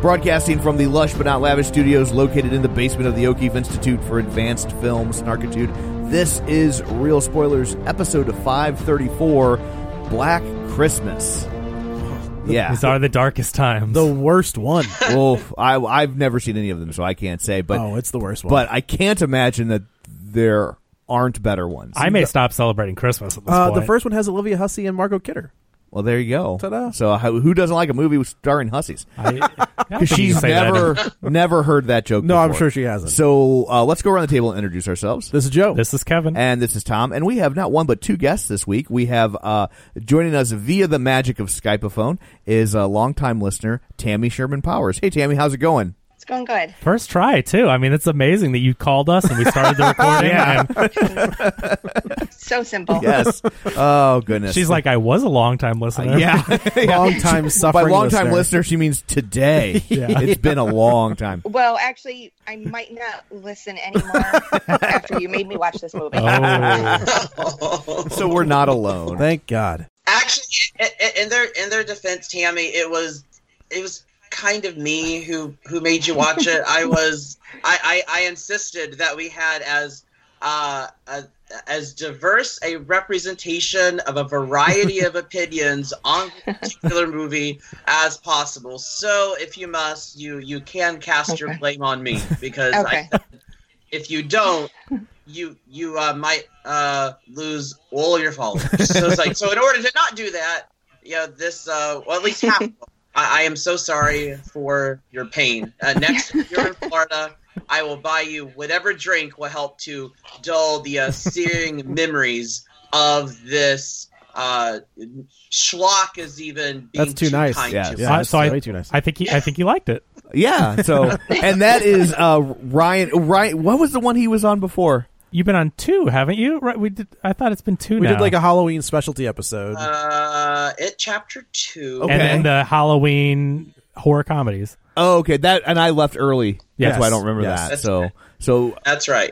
Broadcasting from the lush but not lavish studios located in the basement of the O'Keefe Institute for Advanced Film Snarkitude, this is Real Spoilers, episode 534 Black Christmas. Yeah. are the darkest times. The worst one. well, I, I've never seen any of them, so I can't say, but, oh, it's the worst one. but I can't imagine that there aren't better ones. I may stop celebrating Christmas at this uh, point. the first one has Olivia Hussey and Margot Kidder. well, there you go. Ta-da. So, how, who doesn't like a movie starring hussies? I, I Because she's never, never heard that joke. No, I'm before. sure she hasn't. So uh, let's go around the table and introduce ourselves. This is Joe. This is Kevin. And this is Tom. And we have not one but two guests this week. We have uh, joining us via the magic of Skypeophone is a longtime listener, Tammy Sherman Powers. Hey, Tammy, how's it going? It's going good. First try too. I mean, it's amazing that you called us and we started the recording. and So simple. Yes. oh goodness. she's like, "I was a long time listener." yeah. Long-time By suffering longtime listener. listener, she means today. It's been a long time. Well, actually, I might not listen anymore after you made me watch this movie. Oh, So we're not alone. Thank God. actually in, in their in their defense tammy it was it was kind of me who who made you watch it i was I, I i insisted that we had as uh a, as diverse a representation of a variety of opinions on a particular movie as possible so if you must you you can cast your Okay. blame on me because Okay. I said, if you don't you you uh, might uh, lose all your followers. So it's like so in order to not do that, you know this uh, well at least half. of them, I, I am so sorry for your pain. Uh, next, if you're in Florida, I will buy you whatever drink will help to dull the uh, searing memories of this. Uh, schlock is even being That's too nice. Kind Yeah. to Yeah, Uh, that's so I, way too nice. I think he, I think you liked it. Yeah. So and that is uh, Ryan. Ryan, what was the one he was on before? You've been on two, haven't you? Right? We did. I thought it's been two We now. did like a Halloween specialty episode. Uh, it chapter two. Okay. and uh, then the Halloween horror comedies. Oh, okay. That and I left early. That's Yes. why I don't remember Yes. that. So, so That's right.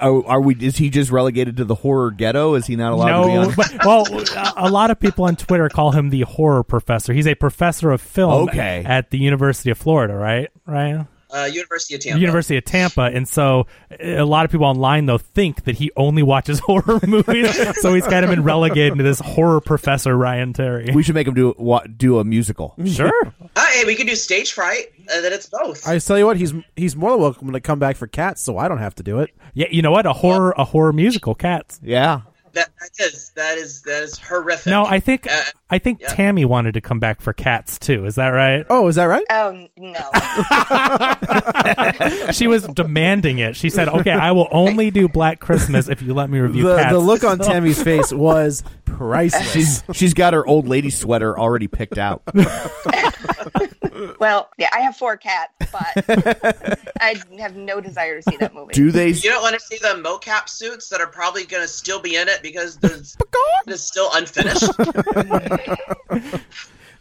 are, are we? Is he just relegated to the horror ghetto? Is he not allowed to be no, on? but, well, a- a lot of people on Twitter call him the horror professor. He's a professor of film Okay. at the University of Florida, right? Ryan? Uh, University of The Tampa. University of Tampa, and so a lot of people online though think that he only watches horror movies, so he's kind of been relegated to this horror professor Ryan Terry. We should make him do wa- do a musical. sure, Uh, hey, we could do stage fright. Uh, then it's both. I tell you what, he's he's more than welcome to come back for Cats, so I don't have to do it. yeah, you know what? A horror, a horror musical, Cats. Yeah, that, that is that is that is horrific. No, I think Uh, I think yeah. Tammy wanted to come back for cats too. Is that right? Oh, is that right? Oh no. she was demanding it. She said, "Okay, I will only do Black Christmas if you let me review the, cats." the look on So- Tammy's face was priceless. She's, she's got her old lady sweater already picked out. well, yeah, I have four cats, but I have no desire to see that movie. Do they- You don't want to see the mocap suits that are probably going to still be in it because the Oh, it's still unfinished.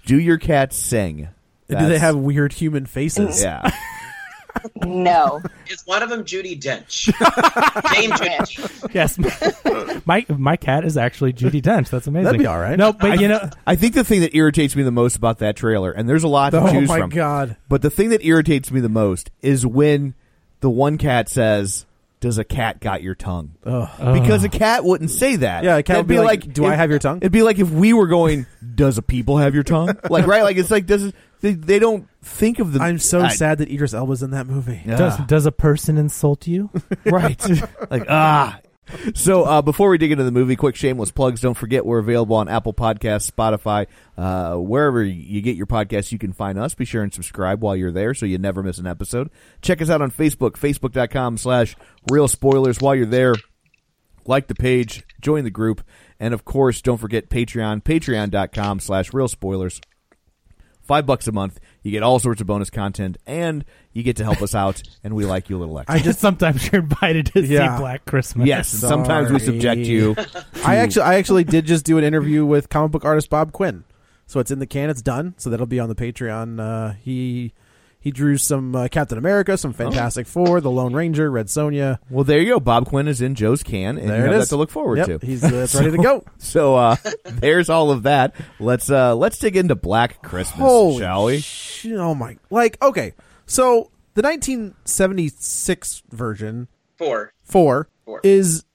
Do your cats sing? Do they That's- have weird human faces? Yeah. No. Is one of them Judy Dench? Name Judy. yes, my my cat is actually Judy Dench. That's amazing. That'd be all right. No, but I, you know, I think the thing that irritates me the most about that trailer, and there's a lot to Oh choose my from. God. But the thing that irritates me the most is when the one cat says, "Does a cat got your tongue?" Ugh. Because a cat wouldn't say that. Yeah, a cat That'd would be like, "Do I have your tongue?" It'd be like if we were going, "Does a people have your tongue?" Like right, like it's like does they, they don't think of the. I'm so I- sad that Idris Elba's in that movie. does does a person insult you? right. like ah. So uh, before we dig into the movie, quick shameless plugs. Don't forget we're available on Apple Podcasts, Spotify, uh, wherever you get your podcasts. You can find us. Be sure and subscribe while you're there, so you never miss an episode. Check us out on Facebook, facebook.com/slash Real Spoilers. While you're there, like the page, join the group, and of course, don't forget Patreon, patreon.com/slash Real Spoilers five bucks a month. You get all sorts of bonus content, and you get to help us out. And we like you a little extra. I just sometimes you're invited to Yeah. see Black Christmas. Yes, and sometimes we subject you. to- I actually, I actually did just do an interview with comic book artist Bob Quinn, so it's in the can. It's done, so that'll be on the Patreon. Uh, he he drew some uh, Captain America, Oh. some Fantastic Four, the Lone Ranger, Red Sonja. Well, there you go. Bob Quinn is in Joe's can, and There you it have is. that to look forward Yep, to. he's, uh, it's ready to go. So uh, there's all of that. Let's uh, let's dig into Black Christmas, Holy shall we? sh- oh my! Like okay, so the 1976 version Four. four, Four. is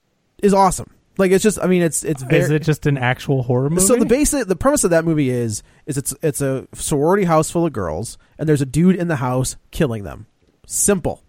is awesome. Like it's just, I mean, it's it's very, Is it just an actual horror movie? So the basic, the premise of that movie is is it's it's a sorority house full of girls, and there's a dude in the house killing them. Simple.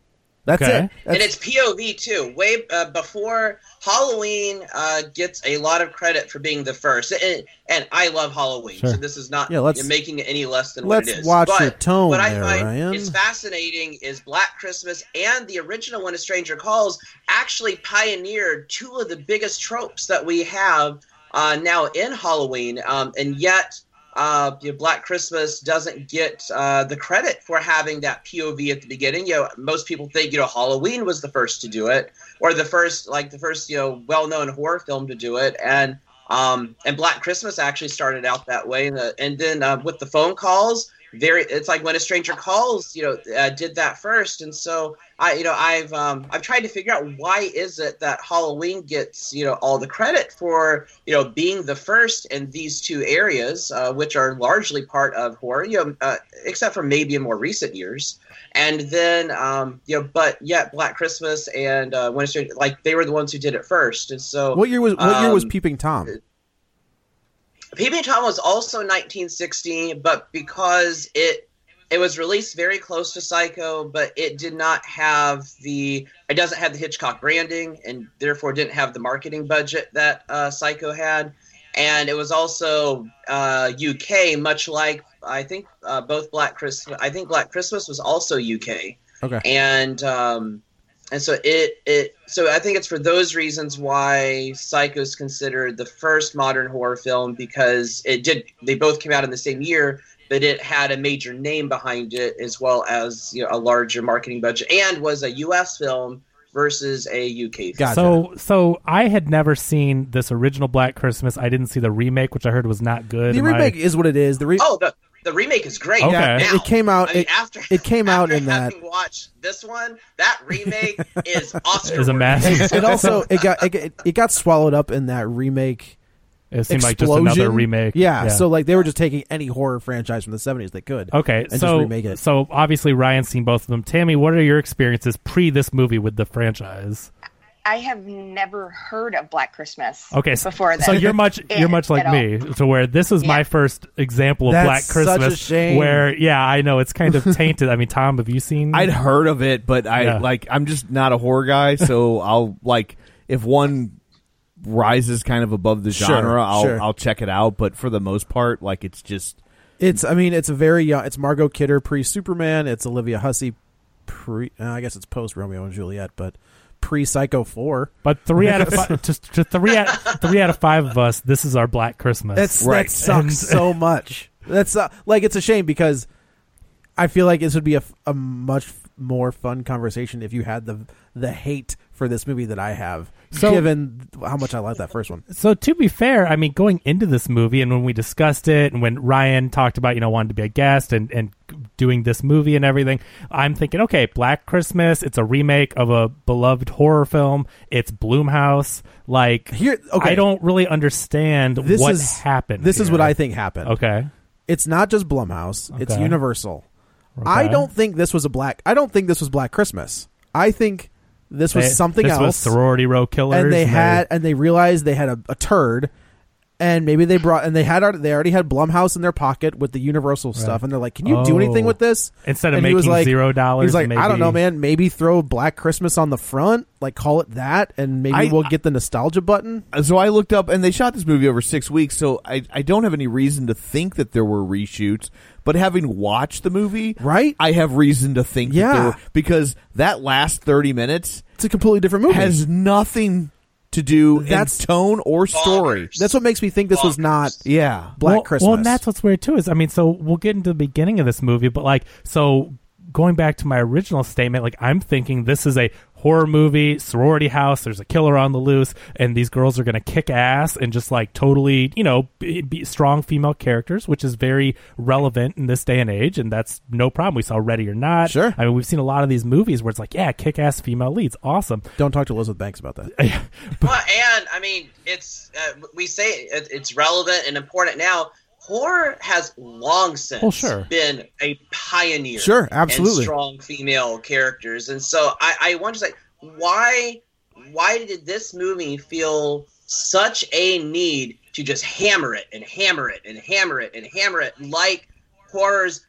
That's Okay. it. That's- and it's POV too. Way uh, before Halloween uh, gets a lot of credit for being the first, and, and I love Halloween, Sure. so this is not Yeah, let's- making it any less than what let's it is. watch but your tone what I there, find Ryan. is fascinating is Black Christmas and the original one, A Stranger Calls, actually pioneered two of the biggest tropes that we have uh, now in Halloween, um, and yet. Uh, you know, Black Christmas doesn't get uh, the credit for having that POV at the beginning. You know, most people think you know Halloween was the first to do it, or the first like the first you know well-known horror film to do it, and um, and Black Christmas actually started out that way, and, the, and then uh, with the phone calls, very it's like when a stranger calls, you know, uh, did that first, and so I, you know, I've um, I've tried to figure out why is it that Halloween gets you know all the credit for you know being the first in these two areas, uh, which are largely part of horror, you know, uh, except for maybe in more recent years, and then um, you know, but yet Black Christmas and uh, when a stranger like they were the ones who did it first, and so what year was what year was um, Peeping Tom? PB and Tom was also 1916, but because it it was released very close to Psycho, but it did not have the it doesn't have the Hitchcock branding, and therefore didn't have the marketing budget that uh, Psycho had. And it was also uh, UK, much like I think uh, both Black Christmas. I think Black Christmas was also UK Okay. and um, and so it it so I think it's for those reasons why Psycho is considered the first modern horror film because it did they both came out in the same year, but it had a major name behind it as well as you know, a larger marketing budget and was a U.S. film versus a UK film. So so I had never seen this original Black Christmas. I didn't see the remake, which I heard was not good. The and I- remake is what it is. The re- oh, the, the remake is great. Oh, Okay. Now, Yeah, it came out. I mean, it, after it came out in that. having watched this one, that remake is Oscar. Is a mess. it also it got it, it got swallowed up in that remake. It seemed like just explosion. another remake. Yeah, Yeah. so like they were just taking any horror franchise from the seventies they could. Okay, and just so remake it. so obviously Ryan's seen both of them. Tammy, what are your experiences pre this movie with the franchise? I have never heard of Black Christmas. Okay, so, before that. so you're much you're much like me, to where this is my first example of That's Black such a Christmas. shame. Where yeah, I know it's kind of tainted. I mean, Tom, have you seen? I'd heard of it, but I Yeah. like I'm just not a horror guy, so I'll like if one rises kind of above the Sure, genre, I'll sure. I'll check it out. But for the most part, like it's just It's I mean it's a very young, it's Margot Kidder pre Superman. It's Olivia Hussey pre uh, I guess it's post Romeo and Juliet, but pre Psycho Four. But three out of five, to, to three out three out of five of us, this is our Black Christmas. That's that sucks And- so much. That's uh, like it's a shame because I feel like this would be a, f- a much f- more fun conversation if you had the the hate for this movie that I have, So- given how much I like that first one. So to be fair, I mean, going into this movie and when we discussed it, and when Ryan talked about you know wanting to be a guest and and doing this movie and everything, I'm thinking, okay, Black Christmas, it's a remake of a beloved horror film. It's Bloomhouse. Like here, okay. I don't really understand This what is- happened. this is is what I think happened. Okay, It's not just Blumhouse; it's Okay. Universal. I Okay. don't think this was a black. I don't think this was Black Christmas. I think this was They- something this else. was Sorority Row Killers, and they and they- had and they realized they had a, a turd, and maybe they brought and they had al- they already had Blumhouse in their pocket with the Universal stuff, and they're like, "Can you do anything Oh. with this?" Instead of And he was making like- zero he was dollars, like, "I don't maybe- know, man. Maybe throw Black Christmas on the front, like call it that, and maybe I- we'll get the nostalgia button." So I looked up, and they shot this movie over six weeks. So I, I don't have any reason to think that there were reshoots. But having watched the movie, right, I have reason to think that Yeah. there were, because that last thirty minutes, it's a completely different movie. Has nothing to do that's tone or story. That's what makes me think this was not yeah Black well, Christmas. Well, and that's what's weird too is I mean, so we'll get into the beginning of this movie, but like, so going back to my original statement, like I'm thinking this is a horror movie, sorority house. There's a killer on the loose, and these girls are gonna kick ass and just like totally, you know, be, be strong female characters, which is very relevant in this day and age, and that's no problem. We saw Ready or Not. Sure. I mean, we've seen a lot of these movies where it's like, yeah, kick ass female leads, awesome. Don't talk to Elizabeth Banks about that. Well, and I mean, it's uh, we say it, it's relevant and important now. Horror has long since Well, sure. been a pioneer, Sure, in absolutely. strong female characters, and so I, I wonder, like, why, why did this movie feel such a need to just hammer it and hammer it and hammer it and hammer it like horror's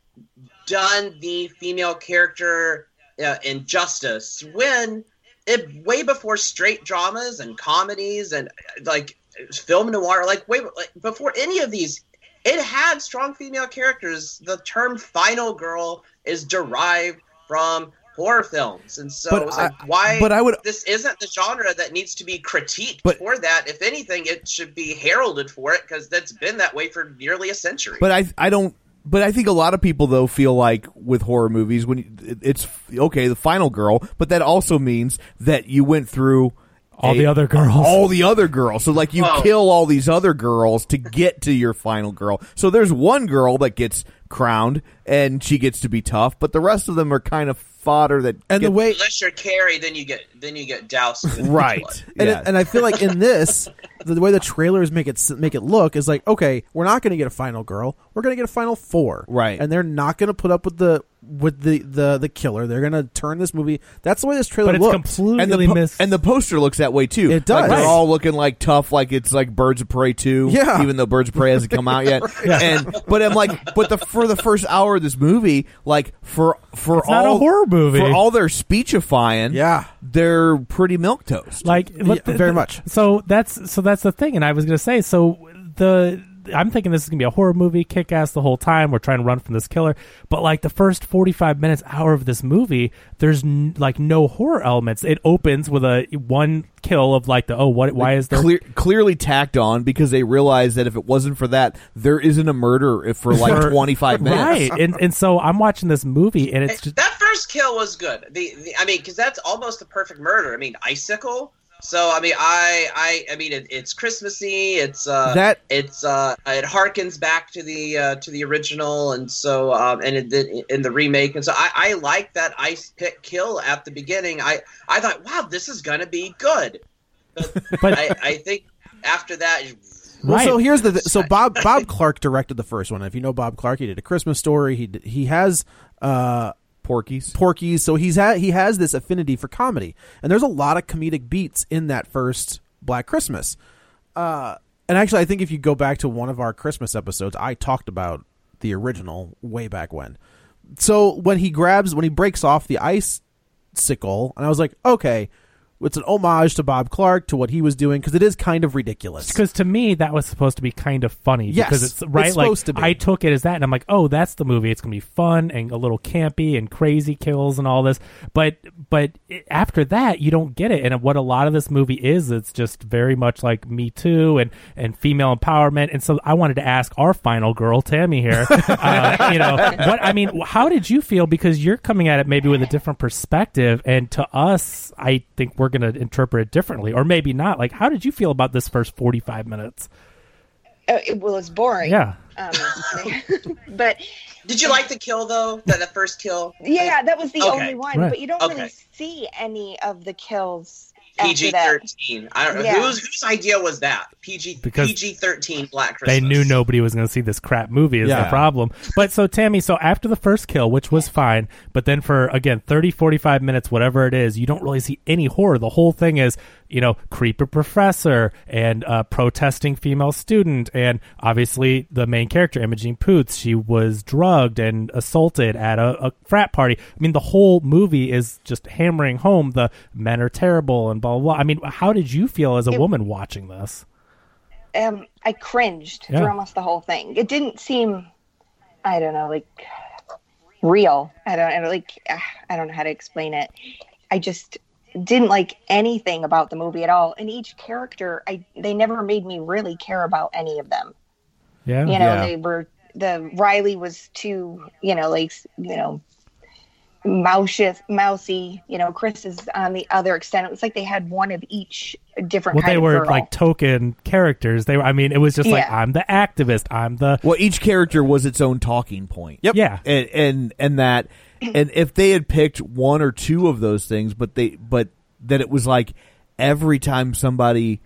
done the female character uh, injustice when it way before straight dramas and comedies and uh, like film noir like way like, before any of these it had strong female characters the term final girl is derived from horror films and so But it's like I- why but I would- this isn't the genre that needs to be critiqued But- for that if anything it should be heralded for it because that's been that way for nearly a century But I I don't. But I think a lot of people though feel like with horror movies when you- it's okay the final girl, but that also means that you went through All the other girls. all the other girls. So like you Whoa. kill all these other girls to get to your final girl. So there's one girl that gets crowned and she gets to be tough, but the rest of them are kind of fodder that and the way unless you're carrie then you get then you get doused with blood. And, it- and I feel like in this, the way the trailers make it s- make it look is like, okay, we're not going to get a final girl. We're going to get a final four, right? And they're not going to put up with the with the the the killer. They're going to turn this movie. That's the way this trailer looks. and the po- and the poster looks that way too. It does. Like they're Right. all looking like tough, like it's like Birds of Prey two. Yeah. even though Birds of Prey hasn't come out yet. Yeah. And but I'm like, but the for the first hour of this movie, like for for It's all not a horror movie. for all their speechifying, yeah, they're pretty milk toast. Like but the- the- So that's so that's the thing, and I was gonna say so the. I'm thinking this is gonna be a horror movie, kick ass the whole time. We're trying to run from this killer, but like the first 45 minutes, hour of this movie, there's n- like no horror elements. It opens with a one kill of like the oh what why is there Clear, clearly tacked on because they realize that if it wasn't for that, there isn't a murder if for like For- 25 minutes. right? And and so I'm watching this movie and it's just, that first kill was good. The, the I mean, because that's almost the perfect murder. I mean, icicle. So I mean, I I I mean, it, it's Christmassy. It's uh, That- it's uh, it harkens back to the uh, to the original, and so um, and in the, in the remake, and so I I like that ice pick kill at the beginning. I I thought, wow, this is gonna be good. But, I, I think after that, Well, so here's the th- so Bob Bob Clark directed the first one. If you know Bob Clark, he did a Christmas story. He d- he has uh Porkies. Porkies. So he's ha- he has this affinity for comedy. And there's a lot of comedic beats in that first Black Christmas. Uh and actually I think if you go back to one of our Christmas episodes, I talked about the original way back when. So when he grabs when he breaks off the ice sickle and I was like, "Okay, it's an homage to Bob Clark to what he was doing because it is kind of ridiculous. Because to me, that was supposed to be kind of funny. Yes, because it's right. it's like supposed to be. I took it as that, and I'm like, oh, that's the movie. It's gonna be fun and a little campy and crazy kills and all this. But but it- after that, you don't get it. And what a lot of this movie is, it's just very much like Me Too and and female empowerment. And so I wanted to ask our final girl, Tammy here. uh, you know what I mean? How did you feel? Because you're coming at it maybe with a different perspective, and to us, I think we're gonna interpret it differently, or maybe not. Like, how did you feel about this first 45 minutes? Uh, it- well, it's boring. Yeah. Um, but Did you like the kill though? The, the first kill? yeah, that was the Okay. only one. Right. But you don't really Okay. see any of the kills after PG that. thirteen. I don't know Yeah. whose whose idea was that. PG Because PG thirteen Black They Christmas. knew nobody was going to see this crap movie is Yeah. the problem. But so Tammy, so after the first kill, which was fine, but then for again 30 45 minutes whatever it is, you don't really see any horror. The whole thing is, you know, creeper professor and uh, protesting female student and obviously the main character Imogene Poots, she was drugged and assaulted at a, a frat party. I mean, the whole movie is just hammering home the men are terrible and blah blah. blah. I mean, how did you feel as a It- woman watching this? Um, I cringed Yeah. through almost the whole thing. It didn't seem, I don't know, like real. I don't, I don't like, ah, I don't know how to explain it. I just didn't like anything about the movie at all. And each character, I they never made me really care about any of them. Yeah. you know they were the riley was too you know like you know mousy mousy you know chris is on the other extent it was like they had one of each different well, kind they of were girl. like token characters. They were. I mean, it was just like Yeah. I'm the activist. I'm the well. Each character was its own talking point. Yep. Yeah. and and and that and if they had picked one or two of those things but they but that it was like every time somebody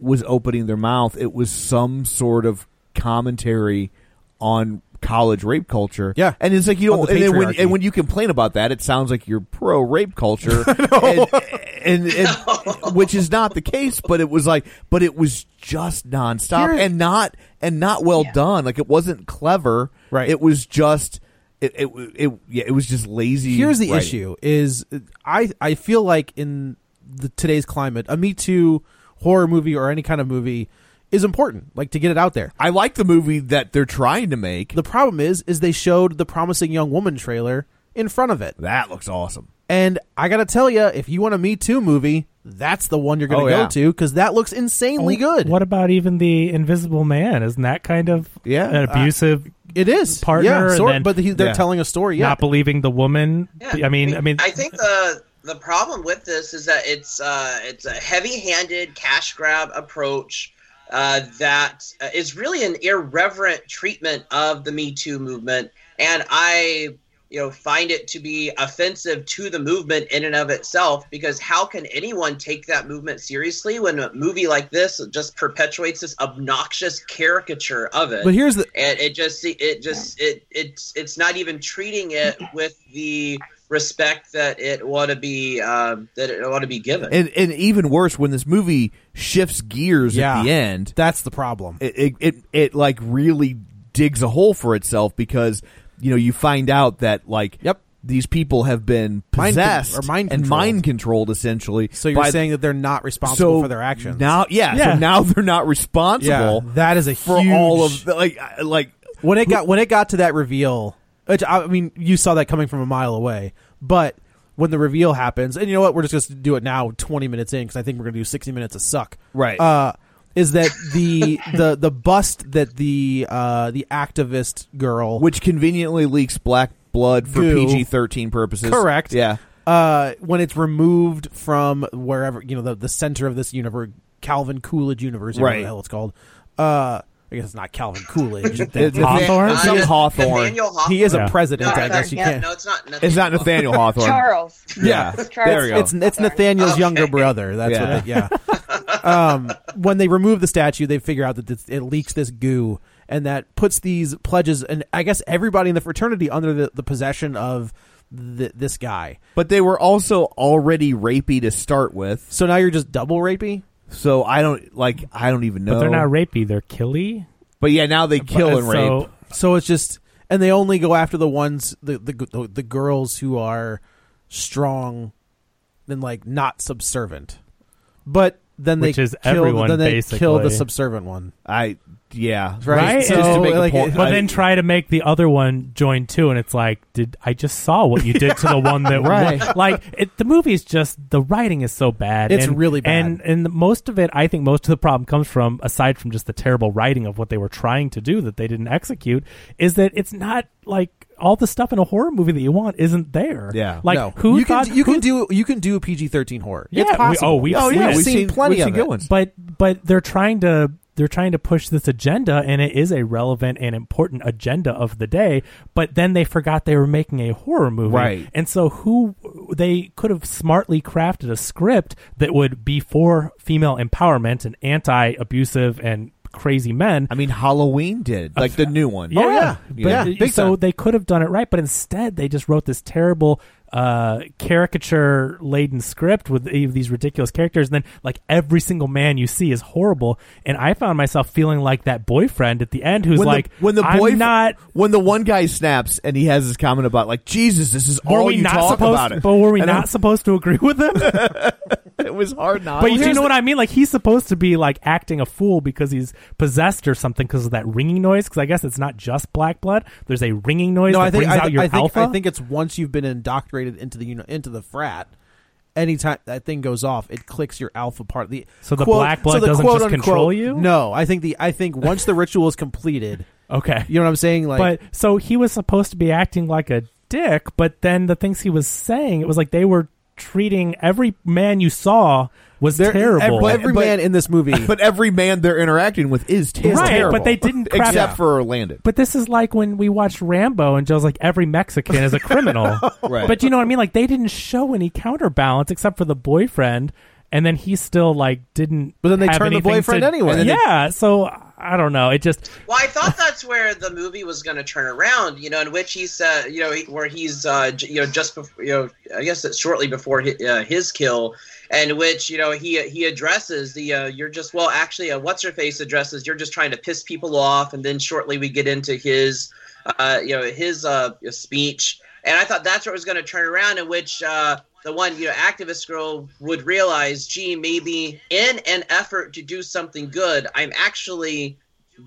was opening their mouth it was some sort of commentary on college rape culture yeah and it's like you On don't the and, then when, patriarchy. and when you complain about that it sounds like you're pro rape culture and, and, and which is not the case but it was like but it was just nonstop Here- and not and not well done like it wasn't clever right it was just it it, it yeah it was just lazy Here's the writing. issue: is I I feel like in the, today's climate, a Me Too horror movie or any kind of movie is important, like to get it out there. I like the movie that they're trying to make. The problem is, is they showed the promising young woman trailer in front of it. that looks awesome And I gotta tell you, if you want a Me Too movie, that's the one you're gonna Oh, go yeah. to because that looks insanely good. Oh, What about even the Invisible Man? Isn't that kind of Yeah. an Uh, abusive? it is partner, yeah, and sort- then- but he, they're Yeah. telling a story. Yeah, Not believing the woman. I mean, I mean, I think the the problem with this is that it's uh, it's a heavy-handed cash grab approach uh, that uh, is really an irreverent treatment of the Me Too movement, and I you know find it to be offensive to the movement in and of itself because how can anyone take that movement seriously when a movie like this just perpetuates this obnoxious caricature of it But here's the- and it just it just it it's it's not even treating it with the respect that it ought to be um, that it ought to be given. and and even worse when this movie shifts gears Yeah. at the end that's the problem it, it it it like really digs a hole for itself because you know you find out that like yep these people have been Mind con- possessed or mind and controlled. mind controlled essentially So you're by- saying that they're not responsible so for their actions now yeah, so now they're not responsible Yeah, that is a for huge- all of the, like I- like when it got when it got to that reveal, which I mean, you saw that coming from a mile away. But when the reveal happens, and you know what, we're just going to do it now, twenty minutes in, because I think we're going to do sixty minutes of suck. Right. Uh, is that the the the bust that the uh, the activist girl, which conveniently leaks black blood for Goo. PG thirteen purposes correct? yeah Uh, when it's removed from wherever you know the the center of this universe, Calvin Coolidge universe, whatever Right. the hell it's called. Uh, I guess it's not Calvin Coolidge. It's Hawthorne? He is- Some Hawthorne. Nathaniel Hawthorne. He is Yeah. a president. No, I guess you yeah, can't. no, it's not it's not Nathaniel Hawthorne charles yeah It's Charles there we go It's, it's Nathaniel's younger brother. That's Yeah. what it, yeah. um, when they remove the statue, they figure out that this, it leaks this goo, and that puts these pledges and I guess everybody in the fraternity under the, the possession of th- this guy. But they were also already rapey to start with. So now you're just double rapey? So I don't like I don't even know. but they're not rapey. They're killy. But yeah, now they kill and rape. So it's just, and they only go after the ones the the the, the girls who are strong than like not subservient. But then they Which is kill, everyone, then they kill the basically. subservient one. I yeah Right? Right. So, Just to make a like, point. it- but then try to make the other one join too, and it's like, did I just saw what you did to the one that Right. won? Like it, the movie is just the writing is so bad. It's and- really bad. and and most of it, I think, most of the problem comes from aside from just the terrible writing of what they were trying to do that they didn't execute, is that it's not like all the stuff in a horror movie that you want isn't there. Yeah, like No. who you thought can you can do you can do a PG thirteen horror. yeah, it's possible. We, oh, we've, seen, it. we've seen good ones. But but they're trying to they're trying to push this agenda, and it is a relevant and important agenda of the day. But then they forgot they were making a horror movie, Right. And so who they could have smartly crafted a script that would be for female empowerment and anti-abusive and crazy men. I mean, Halloween did like the new one. yeah. But, yeah. Big so time. they could have done it right, but instead they just wrote this terrible uh, caricature laden script with the- these ridiculous characters, and then like every single man you see is horrible. And I found myself feeling like that boyfriend at the end who's when like, the, when the I'm boy not." when the one guy snaps and he has his comment about like Jesus, this is Were all we you not talk supposed? about it. But were we And not I'm- supposed to agree with him? it was hard not. but to. you do know what I mean? Like he's supposed to be like acting a fool because he's possessed or something because of that ringing noise. Because I guess it's not just black blood. There's a ringing noise No, that I think brings I, out your I think alpha. I think it's once you've been indoctrinated into the uni- into the frat. Anytime that thing goes off, it clicks your alpha part. The So the quote- black so blood the doesn't quote, just unquote- control you? No, I think the I think once the ritual is completed, Okay. you know what I'm saying. Like, but so he was supposed to be acting like a dick, but then the things he was saying, it was like they were treating every man you saw was terrible. but, But- but- but every man they're interacting with is terrible. Right, but they didn't crap- except Yeah. for Landon. but this is like when we watched Rambo and Joe's like every Mexican is a criminal. Right. But you know what I mean? Like they didn't show any counterbalance except for the boyfriend, and then he still like didn't. But then they have turned the anything to- boyfriend anyway. And then they- Yeah. so I don't know. It just Well, I thought that's where the movie was going to turn around, you know, in which he said, you know, he- where he's, uh, j- you know, just before, you know, I guess it's shortly before his, uh, his kill, and which you know he he addresses the uh, you're just well actually uh, what's her face addresses you're just trying to piss people off, and then shortly we get into his, uh, you know, his uh speech, and I thought that's where it was going to turn around, in which. Uh, the one you know activist girl would realize gee maybe in an effort to do something good i'm actually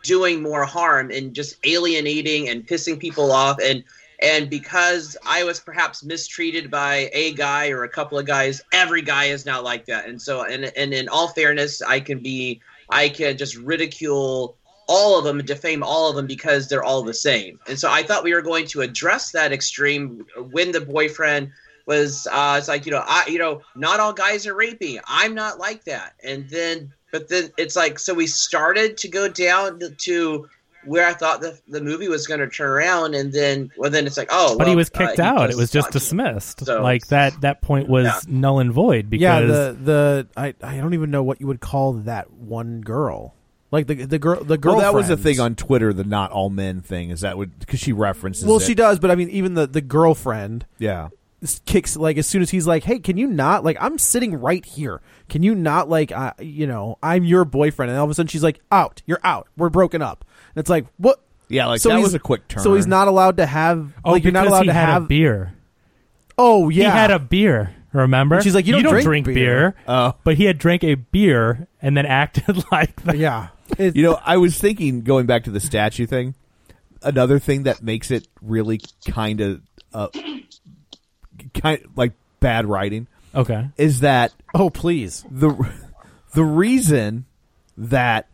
doing more harm and just alienating and pissing people off and and because I was perhaps mistreated by a guy or a couple of guys, every guy is now like that. And so and and in all fairness, I can be I can just ridicule all of them and defame all of them because they're all the same. And so I thought we were going to address that extreme when the boyfriend was uh, it's like you know I you know not all guys are rapey. I'm not like that. And then but then it's like so we started to go down to where I thought the the movie was going to turn around, and then well then it's like oh, but he well, was uh, kicked he out. does It was just suck. dismissed. So- like that that point was Yeah. null and void because yeah, the the I, I don't even know what you would call that one girl. Like the the girl the girl Well, that was the thing on Twitter, the not all men thing. Is that would because she references? Well, it. she does, but I mean, even the the girlfriend. Yeah. s- Kicks like as soon as he's like, "Hey, can you not like I'm sitting right here? Can you not like uh, you know I'm your boyfriend?" And all of a sudden she's like, "Out, you're out. We're broken up." And it's like, what? Yeah, like, that he's- was a quick So he's turn. not allowed to have. oh, like, you're not because allowed he to had have a beer. Oh yeah, He had a beer. Remember? And she's like, "You don't drink drink, beer." beer." Oh. But he had drank a beer and then acted like that. Yeah. you know, I was thinking going back to the statue thing. Another thing that makes it really kind of uh, kind like bad writing. Okay. is that oh please the the reason that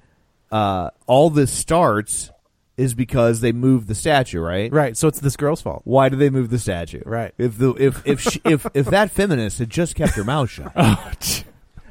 uh, all this starts is because they moved the statue, right? Right. So it's this girl's fault. Why did they move the statue? Right. If the if if she, if if that feminist had just kept her mouth shut.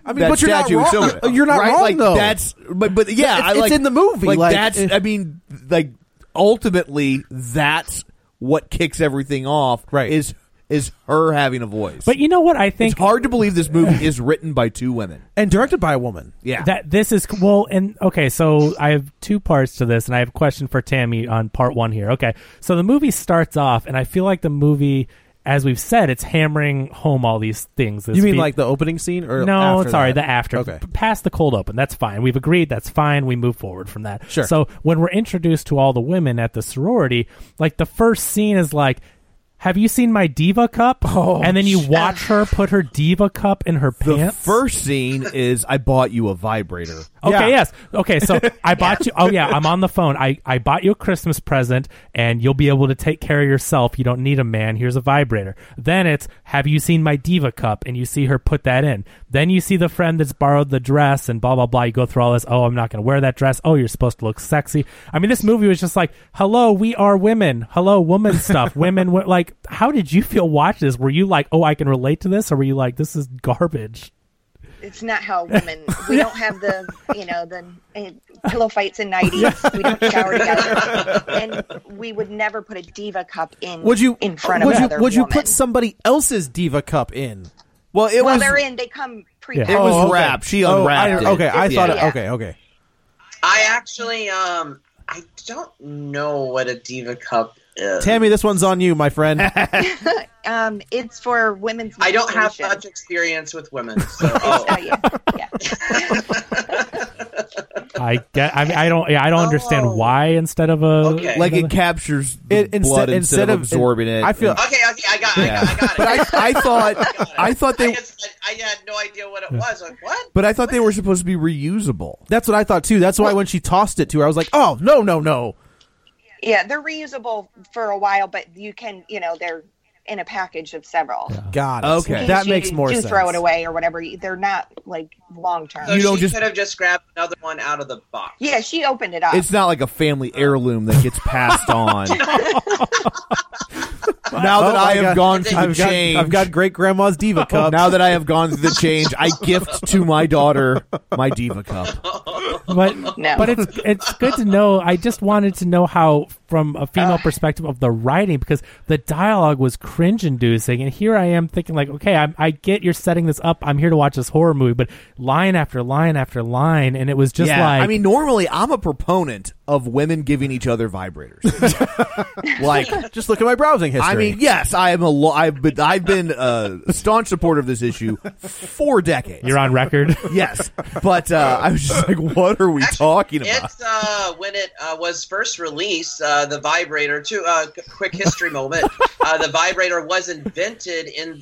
I mean, that but you're not statue wrong. Uh, is still there. You're not Right? wrong Like, though. That's but, but yeah, It's- I it's like- in the movie, Like, like- that's I mean, like ultimately, that's what kicks everything off. Right is is her having a voice. But you know what? I think it's hard to believe this movie is written by two women. and directed by a woman. Yeah. That Uh, this is well, and okay, so I have two parts to this, and I have a question for Tammy on part one here. Okay, so the movie starts off, and I feel like the movie, as we've said, it's hammering home all these things. This You mean be- like the opening scene or no? after sorry, that? the after. Okay. P- past the cold open, that's fine. We've agreed that's fine. We move forward from that. Sure. So when we're introduced to all the women at the sorority, like the first scene is like. have you seen my diva cup? Oh, and then you watch her put her diva cup in her The pants. first scene is I bought you a vibrator. Okay, yes. Okay, so I bought you Oh yeah, I'm on the phone. I I bought you a Christmas present and you'll be able to take care of yourself. You don't need a man. Here's a vibrator. Then it's have you seen my diva cup and you see her put that in. Then you see the friend that's borrowed the dress and blah blah blah. You go through all this, "Oh, I'm not going to wear that dress. Oh, you're supposed to look sexy." I mean, this movie was just like, "Hello, we are women. Hello, woman stuff. women wo-" like how did you feel watching this? Were you like, "Oh, I can relate to this?" Or were you like, "This is garbage?" It's not how women. We don't have the you know the eh, pillow fights in nineties. We don't shower together, and we would never put a diva cup in. Would you in front of would you, another Would you woman. put somebody else's diva cup in? Well, well, they're in. They come pre. It was wrapped. She unwrapped Oh, I, okay, it. I Yeah. thought. it Yeah. Okay, okay. I actually, um, I don't know what a diva cup is. Tammy, this one's on you, my friend. Um, it's for women's. I don't have menstruation. much experience with women. So, I get. I mean, I don't. yeah, I don't understand why instead of a Like it captures the It- instead- blood instead, instead of of- absorbing it. I feel- okay, okay, I got, Yeah. I got, I got it. But I- I thought- I thought they- I, just- I had no idea what it was. Like what? But I thought they were supposed to be reusable. That's what I thought too. That's why when she tossed it to her, I was like, "Oh no, no, no!" Yeah, they're reusable for a while, but you can, you know, they're in a package of several. God, Okay. that You makes more do sense. throw it away or whatever. They're not like long term. So she could have just grabbed another one out of the box. Yeah, she opened it up. It's not like a family heirloom that gets passed on. now that Oh, my I have God. gone through the I've got- change, I've got great grandma's diva cup. Now that I have gone through the change, I gift to my daughter my diva cup. but No. but it's it's good to know. I just wanted to know how, from a Uh. female perspective of the writing, because the dialogue was cringe-inducing, and here I am thinking like, okay, I'm, I get you're setting this up. I'm here to watch this horror movie, but line after line after line, and it was just yeah, like, I mean, normally I'm a proponent of women giving each other vibrators. like, just look at my browsing history. I mean, yes, I am a. Lo- I've been I've been a staunch supporter of this issue for decades. you're on record. Yes, but uh, I was just like, what are we talking about? It's uh, when it uh, was first released, uh, the vibrator. To uh, c- quick history moment, uh, the vibrator was invented in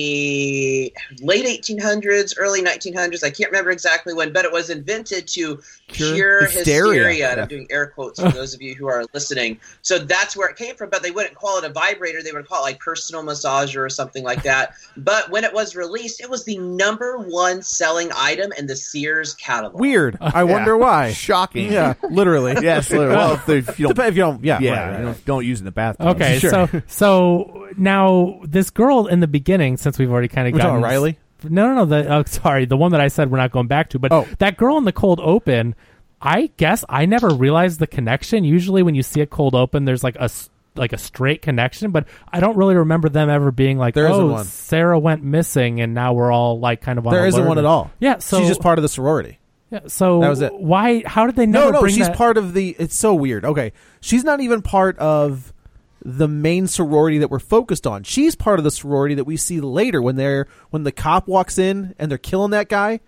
the late 1800s, early 1900s. I can't remember exactly when, but it was invented to Cure cure, hysteria. hysteria. And I'm doing air quotes for those of you who are listening. So that's where it came from. But they wouldn't call it a vibrator; they would call it like personal massager or something like that. But when it was released, it was the number one selling item in the Sears catalog. Weird. I wonder why. Shocking. Yeah, literally. Yes, literally. well, if, they- if you don't, Dep- if you don't- yeah, yeah, right, right, you right. Don't, don't use it in the bathroom. Okay, so so now this girl in the beginning, since we've already kind of We're gotten talking Riley? No, no, no. The, oh, sorry, the one that I said we're not going back to, but Oh, that girl in the cold open. I guess I never realized the connection. Usually, when you see a cold open, there's like a s- like a straight connection, but I don't really remember them ever being like, There isn't "Oh, one. Sarah went missing, and now we're all like kind of on." there isn't alert." one at all. Yeah, so she's just part of the sorority. yeah, so That was it. Why? How did they never No, no, bring she's that- part of the. It's so weird. Okay, she's not even part of the main sorority that we're focused on. She's part of the sorority that we see later when they're when the cop walks in and they're killing that guy.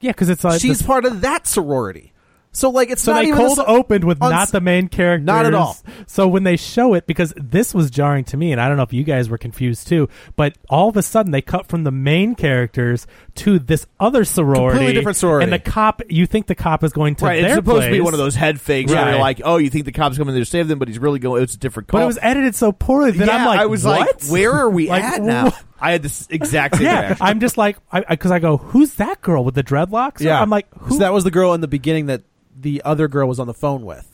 Yeah, because it's uh, like she's this- part of that sorority. So like, it's So not they even cold the, so- opened with on not s- the main characters. Not at all. So when they show it, because this was jarring to me, and I don't know if you guys were confused too, but all of a sudden they cut from the main characters to this other sorority, Completely different sorority. and the cop. You think the cop is going to Right, their it's supposed to be place, one of those head fakes where Right. they're like, "Oh, you think the cops coming there to save them, but he's really going." It's a different call. but it was edited so poorly that yeah, I'm like, I was what? like, "Where are we Like, at now?" what? I had this exact same Yeah, reaction. I'm just like, because I, 'cause I go, who's that girl with the dreadlocks? Yeah, I'm like, who? So that was the girl in the beginning that the other girl was on the phone with.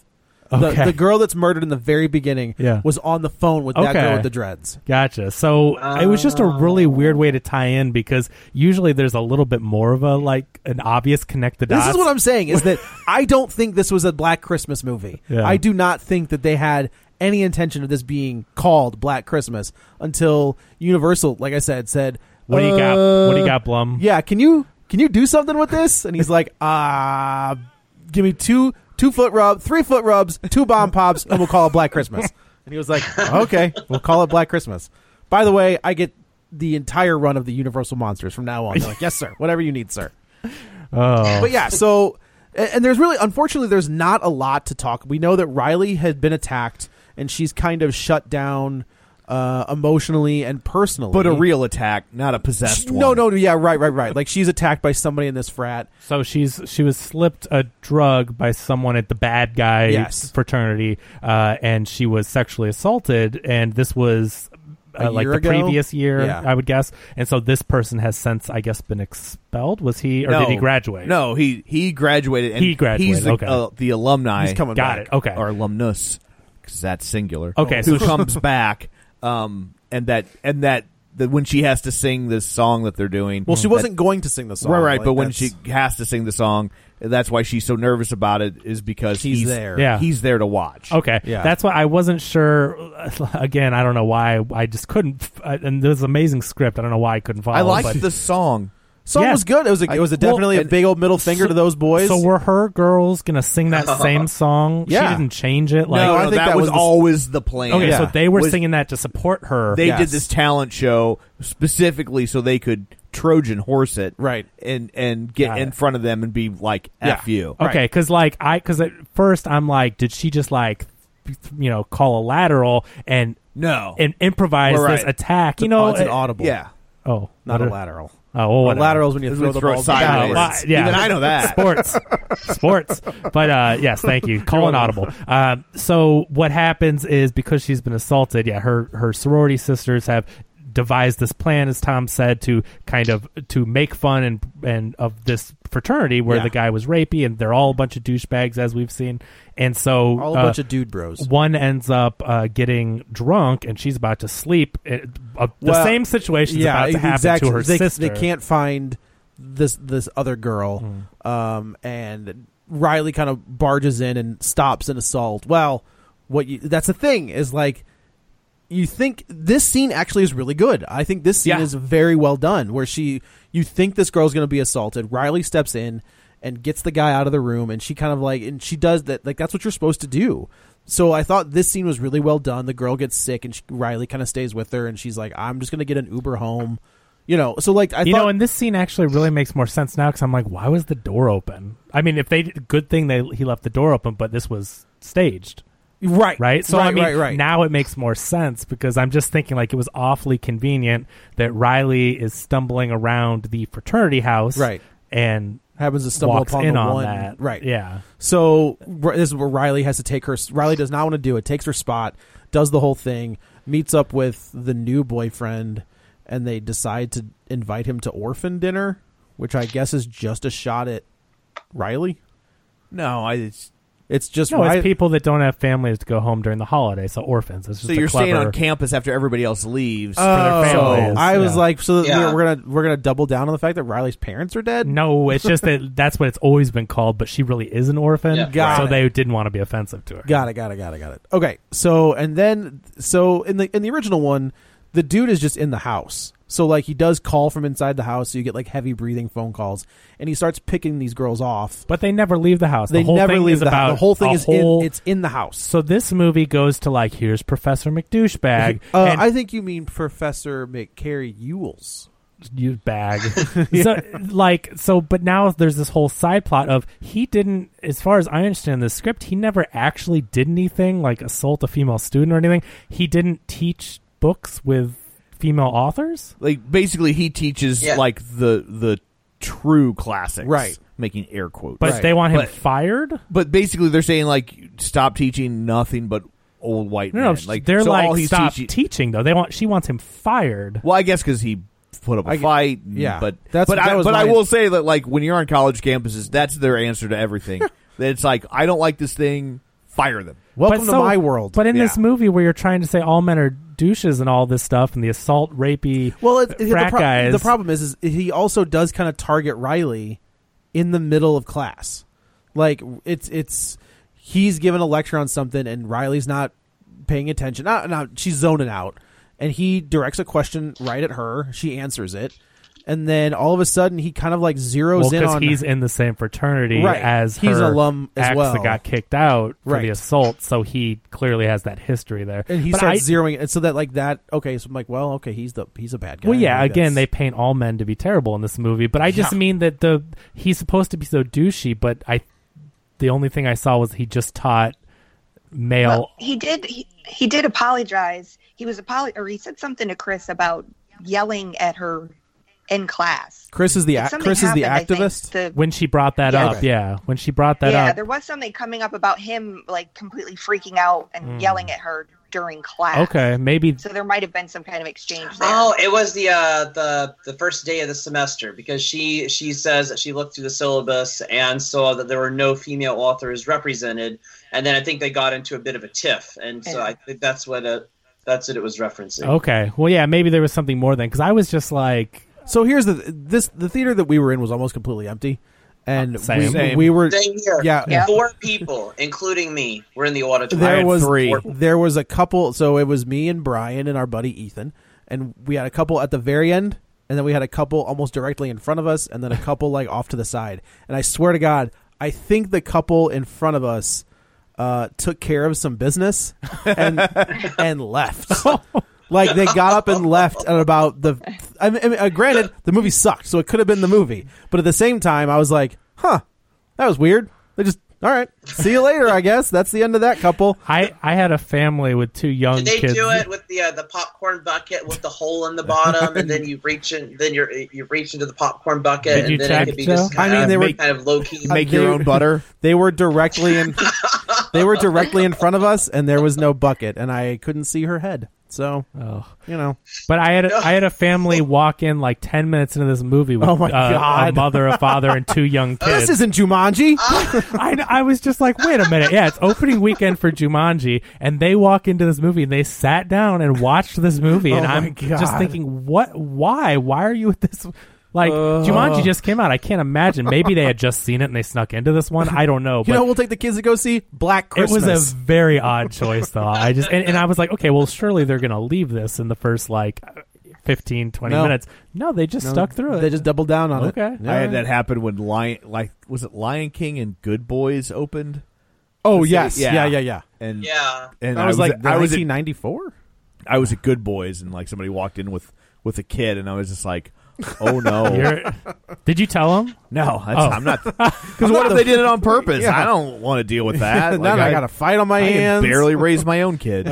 The- Okay. The, girl that's murdered in the very beginning Yeah. was on the phone with that girl with the dreads. Gotcha. So it was just a really Oh. weird way to tie in because usually there's a little bit more of a like an obvious connect the dots. This is what I'm saying is that I don't think this was a Black Christmas movie. Yeah. I do not think that they had any intention of this being called Black Christmas until Universal, like I said, said, What do you got? What do you "Uh, got, Blum? Yeah, can you can you do something with this?" And he's like, "Ah, give me two two foot rub, three foot rubs, two bomb pops, and we'll call it Black Christmas." And he was like, "Okay, we'll call it Black Christmas." By the way, I get the entire run of the Universal monsters from now on. They're like, "Yes, sir. Whatever you need, sir." Oh, but yeah, so and and there's really unfortunately there's not a lot to talk. We know that Riley had been attacked and she's kind of shut down uh, emotionally and personally. But a real attack, not a possessed one. No, no, yeah, right, right, right. Like she's attacked by somebody in this frat. So she's she was slipped a drug by someone at the bad guy Yes. fraternity, uh, and she was sexually assaulted. And this was A uh, like year the ago? previous year, Yeah. I would guess. And so this person has since, I guess, been expelled. Was he or no, did he graduate? No, he he graduated. And He graduated, He's the, okay. uh, the alumni. He's coming Got back. it, okay. Or alumnus, because that's singular. Okay, who so- comes back? Um, and that and that that when she has to sing this song that they're doing. Well, she that- wasn't going to sing the song, Right, right. like, but when she that's- has to sing the song, that's why she's so nervous about it. Is because He's he's, there. Yeah. he's there to watch. Okay, that's why I wasn't sure. Again, I don't know why I just couldn't. f- I- And there was an amazing script. I don't know why I couldn't follow. I liked but- the song. Song Yeah. was good. It was a, it was a definitely Well, a big old middle finger so- to those boys. So were her girls gonna sing that same song? Yeah. She didn't change it. Like no, I think that, was, the- always the plan. Okay, so Yeah. they were Was- singing that to support her. They did this talent show specifically so they could Trojan horse it, right? And and get Got in it. front of them and be like "f you." Okay, because like I, because at first I'm like, did she just like, you know, call a lateral and no and improvise We're this right. attack? It's a- You know, it's an it- audible. Yeah. Oh, Not what a are- lateral. Oh, well, A whatever. lateral is when you When throw you the throw it ball sideways. backwards. Yeah, Even I know that. Sports, sports. But uh, yes, thank you. Call an audible. Um, so what happens is because she's been assaulted. Yeah, her her sorority sisters have devised this plan, as Tom said, to kind of to make fun and and of this fraternity where Yeah. the guy was rapey, and they're all a bunch of douchebags as we've seen. And so All a uh, bunch of dude bros. One ends up uh, getting drunk, and she's about to sleep. It, uh, the Well, same situation's yeah, about to happen exactly. to her they, sister. They can't find this this other girl, Hmm. um, and Riley kind of barges in and stops an assault. Well, what you, that's the thing is like you think this scene actually is really good. I think this scene Yeah. is very well done. Where she, you think this girl's going to be assaulted. Riley steps in and gets the guy out of the room, and she kind of like, and she does that. Like that's what you're supposed to do. So I thought this scene was really well done. The girl gets sick, and she, Riley kind of stays with her, and she's like, "I'm just going to get an Uber home," you know. So like, I you thought, know, and this scene actually really makes more sense now because I'm like, why was the door open? I mean, if they good thing they he left the door open, but this was staged, right, right? So I Right, mean, right, right. now it makes more sense because I'm just thinking like it was awfully convenient that Riley is stumbling around the fraternity house, Right. And happens to stumble walks upon in the on one that, right Yeah, so r- this is where riley has to take her riley does not want to do it takes her spot does the whole thing meets up with the new boyfriend and they decide to invite him to orphan dinner which i guess is just a shot at riley No, I. It's, it's just no, Ri- it's people that don't have families to go home during the holiday, so orphans. It's just so a you're staying clever- on campus after everybody else leaves Oh, Uh, families, I was yeah. like, so Yeah. we're, we're gonna we're gonna double down on the fact that Riley's parents are dead. No, it's just that that's what it's always been called, but she really is an orphan. Yeah. Got so it. they didn't want to be offensive to her. Got it, got it, got it, got it. Okay, so and then so in the in the original one, the dude is just in the house. So like he does call from inside the house, so you get like heavy breathing phone calls, and he starts picking these girls off. But they never leave the house. They the whole never thing leave is the house. about The whole thing a is in- whole- it's in the house. So this movie goes to like here's Professor McDouchebag. Uh, and I think you mean Professor McCary Ewells. you bag. So like so but now there's this whole side plot of he didn't as far as I understand the script, he never actually did anything like assault a female student or anything. He didn't teach books with female authors? like basically he teaches Yeah. like the the true classics, Right. Making air quotes, But they want him But- fired? But basically, they're saying like stop teaching nothing but old white No, no, men. Like they're so like all he's stop teaching. teaching though. They want she wants him fired. Well, I guess because he put up a I- fight. yeah. but That's- but that I was but I my- will say that like when you're on college campuses, that's their answer to everything. That it's like I don't like this thing. Fire them. But so- But in this movie where you're trying to say all men are douches and all this stuff and the assault rapey Well, it, it- frat the, pro- guys. the problem is, is he also does kind of target Riley in the middle of class. Like it's it's he's given a lecture on something and Riley's not paying attention. Not, not she's zoning out, and he directs a question right at her. She answers it, and then all of a sudden he kind of like zeroes Well, in 'cause on he's in the same fraternity Right. as He's an her alum as ex well. that got kicked out for Right. the assault, so he clearly has that history there. and he But I- starts zeroing it, and so that like that. Okay, so I'm like, well, okay, he's the he's a bad guy. Well, yeah. Like, that's- Again, they paint all men to be terrible in this movie, but I just Yeah. mean that the he's supposed to be so douchey, but I the only thing I saw was he just taught male. he did he, he did apologize he was apolo- or he said something to chris about yelling at her in class Chris is the ac- Something Chris is the happened, I think, activist. the- when she brought that Yeah. up, Okay. yeah, when she brought that yeah up, there was something coming up about him like completely freaking out and Mm. yelling at her during class okay, maybe so there might have been some kind of exchange there Oh, it was the uh, the the first day of the semester because she she says that she looked through the syllabus and saw that there were no female authors represented, and then I think they got into a bit of a tiff, and so I think that's what it, that's what it was referencing. okay, well, yeah, maybe there was something more than because I was just like, So here's the this the theater that we were in was almost completely empty, and Same. we, we were Same here. yeah four people, including me, were in the auditorium. there was there was a couple so it was me and Brian and our buddy Ethan and we had a couple at the very end and then we had a couple almost directly in front of us and then a couple like off to the side and I swear to god I think the couple in front of us uh, took care of some business and and left like they got up and left at about the I mean, I mean, uh, granted the movie sucked so it could have been the movie but at the same time I was like huh that was weird they just all right see you later I guess that's the end of that couple I I had a family with two young Did they kids. do it with the uh, the popcorn bucket with the hole in the bottom, and then you reach in, then you you reach into the popcorn bucket, Did you and then check, it could be Joe? just kind I mean, of, they were- kind of low key. Uh, They were directly in. they were directly in front of us, and there was no bucket, and I couldn't see her head. So, Oh. you know, But I had a, I had a family walk in like ten minutes into this movie with Oh my uh, a God. mother, a father, and two young Oh, kids. this isn't Jumanji. Ah. I, I was just like, wait a minute. Yeah, it's opening weekend for Jumanji, and they walk into this movie and they sat down and watched this movie, and Oh my I'm just God. thinking, what? Why? Why are you at this? Like Jumanji just came out. I can't imagine. Maybe they had just seen it and they snuck into this one. I don't know. you but know, we'll take the kids to go see Black it Christmas. was a very odd choice, though. I just and, and I was like, okay, well, surely they're gonna leave this in the first like 15, 20 No. minutes. No, they just No, stuck through it. They just doubled down on Okay. it. I had that happen when Lion, like, was it Lion King and Good Boys opened? Oh, The yes. city- Yeah, yeah, yeah. And Yeah. and That I was was like at- I was at- 1994? I was at Good Boys, and like somebody walked in with with a kid, and I was just like, oh no. You're- did you tell them? No, that's, Oh. I'm not. Because what if they did it on purpose? I don't want to deal with that. Then I got a fight on my I can hands. barely raise my own kids.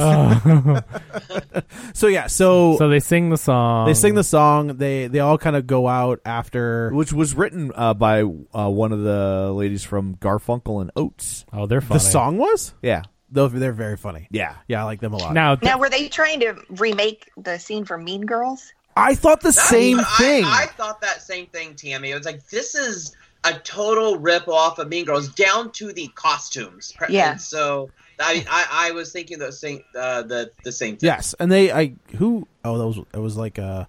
so yeah, so so they sing the song. they sing the song. They they all kind of go out after. which was written uh, by uh, one of the ladies from Garfunkel and Oates. Oh, they're The song was Yeah. Though they're very funny. Yeah, yeah, I like them a lot. Now, now were they trying to remake the scene from mean girls I thought the That- same I- thing. I, thought that same thing, Tammy. It was like this is a total rip off of Mean Girls down to the costumes. Yeah. And so I, I I was thinking the same uh, the the same thing. Yes, and they I who oh that was it was like uh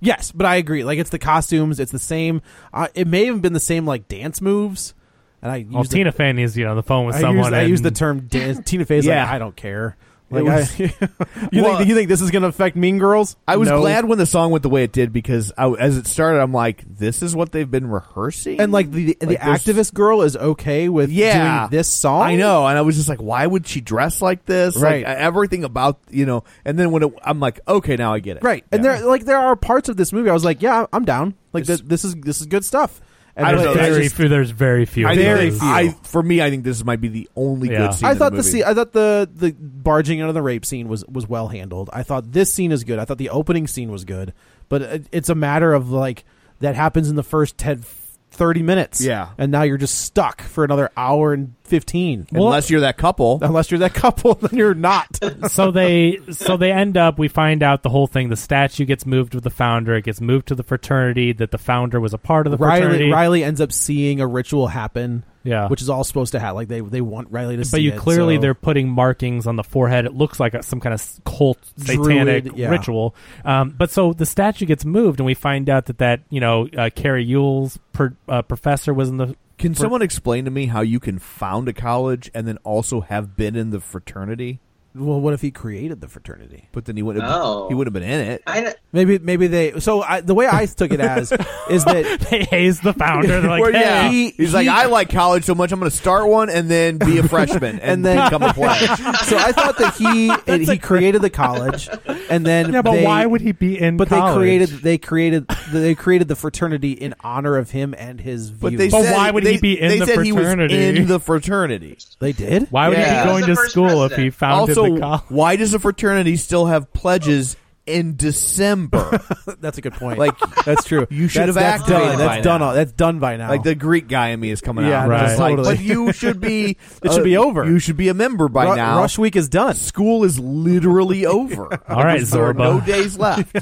yes, but I agree. Like it's the costumes, it's the same. Uh, it may have been the same like dance moves. And I used Well, the- Tina Fey is you know on the phone with I someone. used, I and- used the term dance. Tina Fey's Yeah. like I don't care. It Like was- I, you Well- think you think this is going to affect Mean Girls? I was No. glad when the song went the way it did because I, as it started, I'm like, this is what they've been rehearsing. and like the the Like, there's- activist girl is okay with yeah, doing this song. I know, and I was just like, why would she dress like this? Right. like, everything about you know. And then when it, I'm like, okay, now I get it. Right, and Yeah. there like there are parts of this movie I was like, yeah, I'm down. Like this, this is this is good stuff. And I don't like, know. it's Very just- few- there's very few I of think those. that- I, for me, I think this might be the only good scene. I in thought the, scene. I thought the the barging out of the rape scene was was well handled. I thought this scene is good. I thought the opening scene was good. But it, it's a matter of like that happens in the first 10, 30 minutes. Yeah. and now you're just stuck for another hour and fifteen. Unless you're that couple. Unless you're that couple, then you're not. so they so they end up we find out the whole thing the statue gets moved with the founder it gets moved to the fraternity that the founder was a part of the Riley fraternity Riley ends up seeing a ritual happen. Yeah. which is all supposed to happen. Like they they want Riley to. but see you it, clearly so- they're putting markings on the forehead it looks like a, some kind of cult Druid, satanic yeah. ritual um, but so the statue gets moved and we find out that that you know uh, Carrie Yule's per, uh, professor was in the Can someone explain to me how you can found a college and then also have been in the fraternity? Well, what if he created the fraternity? But then he wouldn't. Have, He would have been in it. I maybe maybe they. So I, the way I took it as is that they haze the founder. They're like, Well, "Hey." He's like, I like college so much, I'm going to start one and then be a freshman and, And then then- become a pledge. so I thought that he and he created the college, and then Yeah, but they- why would he be in But college? they created they created they created the fraternity in honor of him and his. Views. But they said- they- they said he was in the fraternity. They did. Why would he be going to school if he founded also, the college? Why does a fraternity still have pledges in December? that's a good point. Like that's true. You should That's- have that's done. activated That's by done now. all- that's done by now. Like the Greek guy in me is coming Yeah, out. right. Just like, Totally. But you should be. It should be over. You should be a member by Ru- now. Rush week is done. School is literally over. All right, There are Zorba. No days left.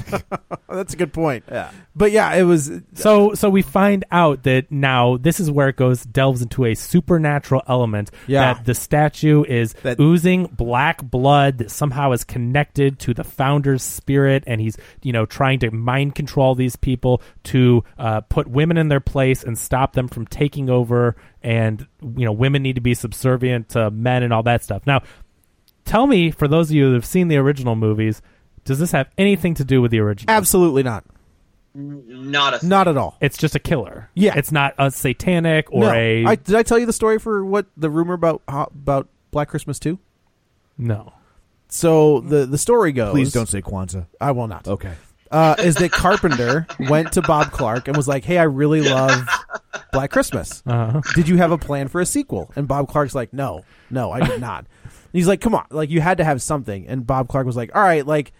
that's a good point. Yeah. But yeah, it was so. So we find out that now this is where it goes delves into a supernatural element. Yeah. that the statue is oozing black blood that somehow is connected to the founder's spirit, and he's you know trying to mind control these people to uh, put women in their place and stop them from taking over. And you know, women need to be subservient to men and all that stuff. Now, tell me, for those of you that have seen the original movies, does this have anything to do with the original? Absolutely not. Not a not at all. It's just a killer. Yeah. it's not a satanic or no. a I, did I tell you the story for what the rumor about how- about Black Christmas too? no. So the the story goes. Please don't say Kwanzaa. I will not. Okay. Uh, is that Carpenter went to Bob Clark and was like, "Hey, I really love Black Christmas. Uh-huh. Did you have a plan for a sequel?" And Bob Clark's like, "No, no, I did not." And he's like, "Come on, like you had to have something." And Bob Clark was like, "All right, like."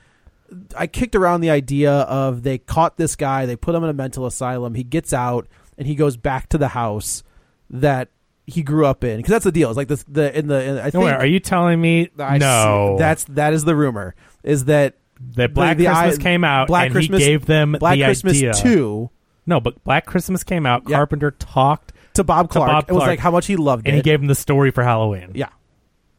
I kicked around the idea of they caught this guy, they put him in a mental asylum, he gets out, and he goes back to the house that he grew up in. Because that's the deal. It's like this the in the in, I Wait, think are you telling me I no? see- that's that is the rumor is that that Black Christmas came out Black and Christmas he gave them Black the Christmas idea. two. No, but Black Christmas came out. Carpenter talked to Bob Clark. It was like how much he loved and he it. gave him the story for Halloween. Yeah.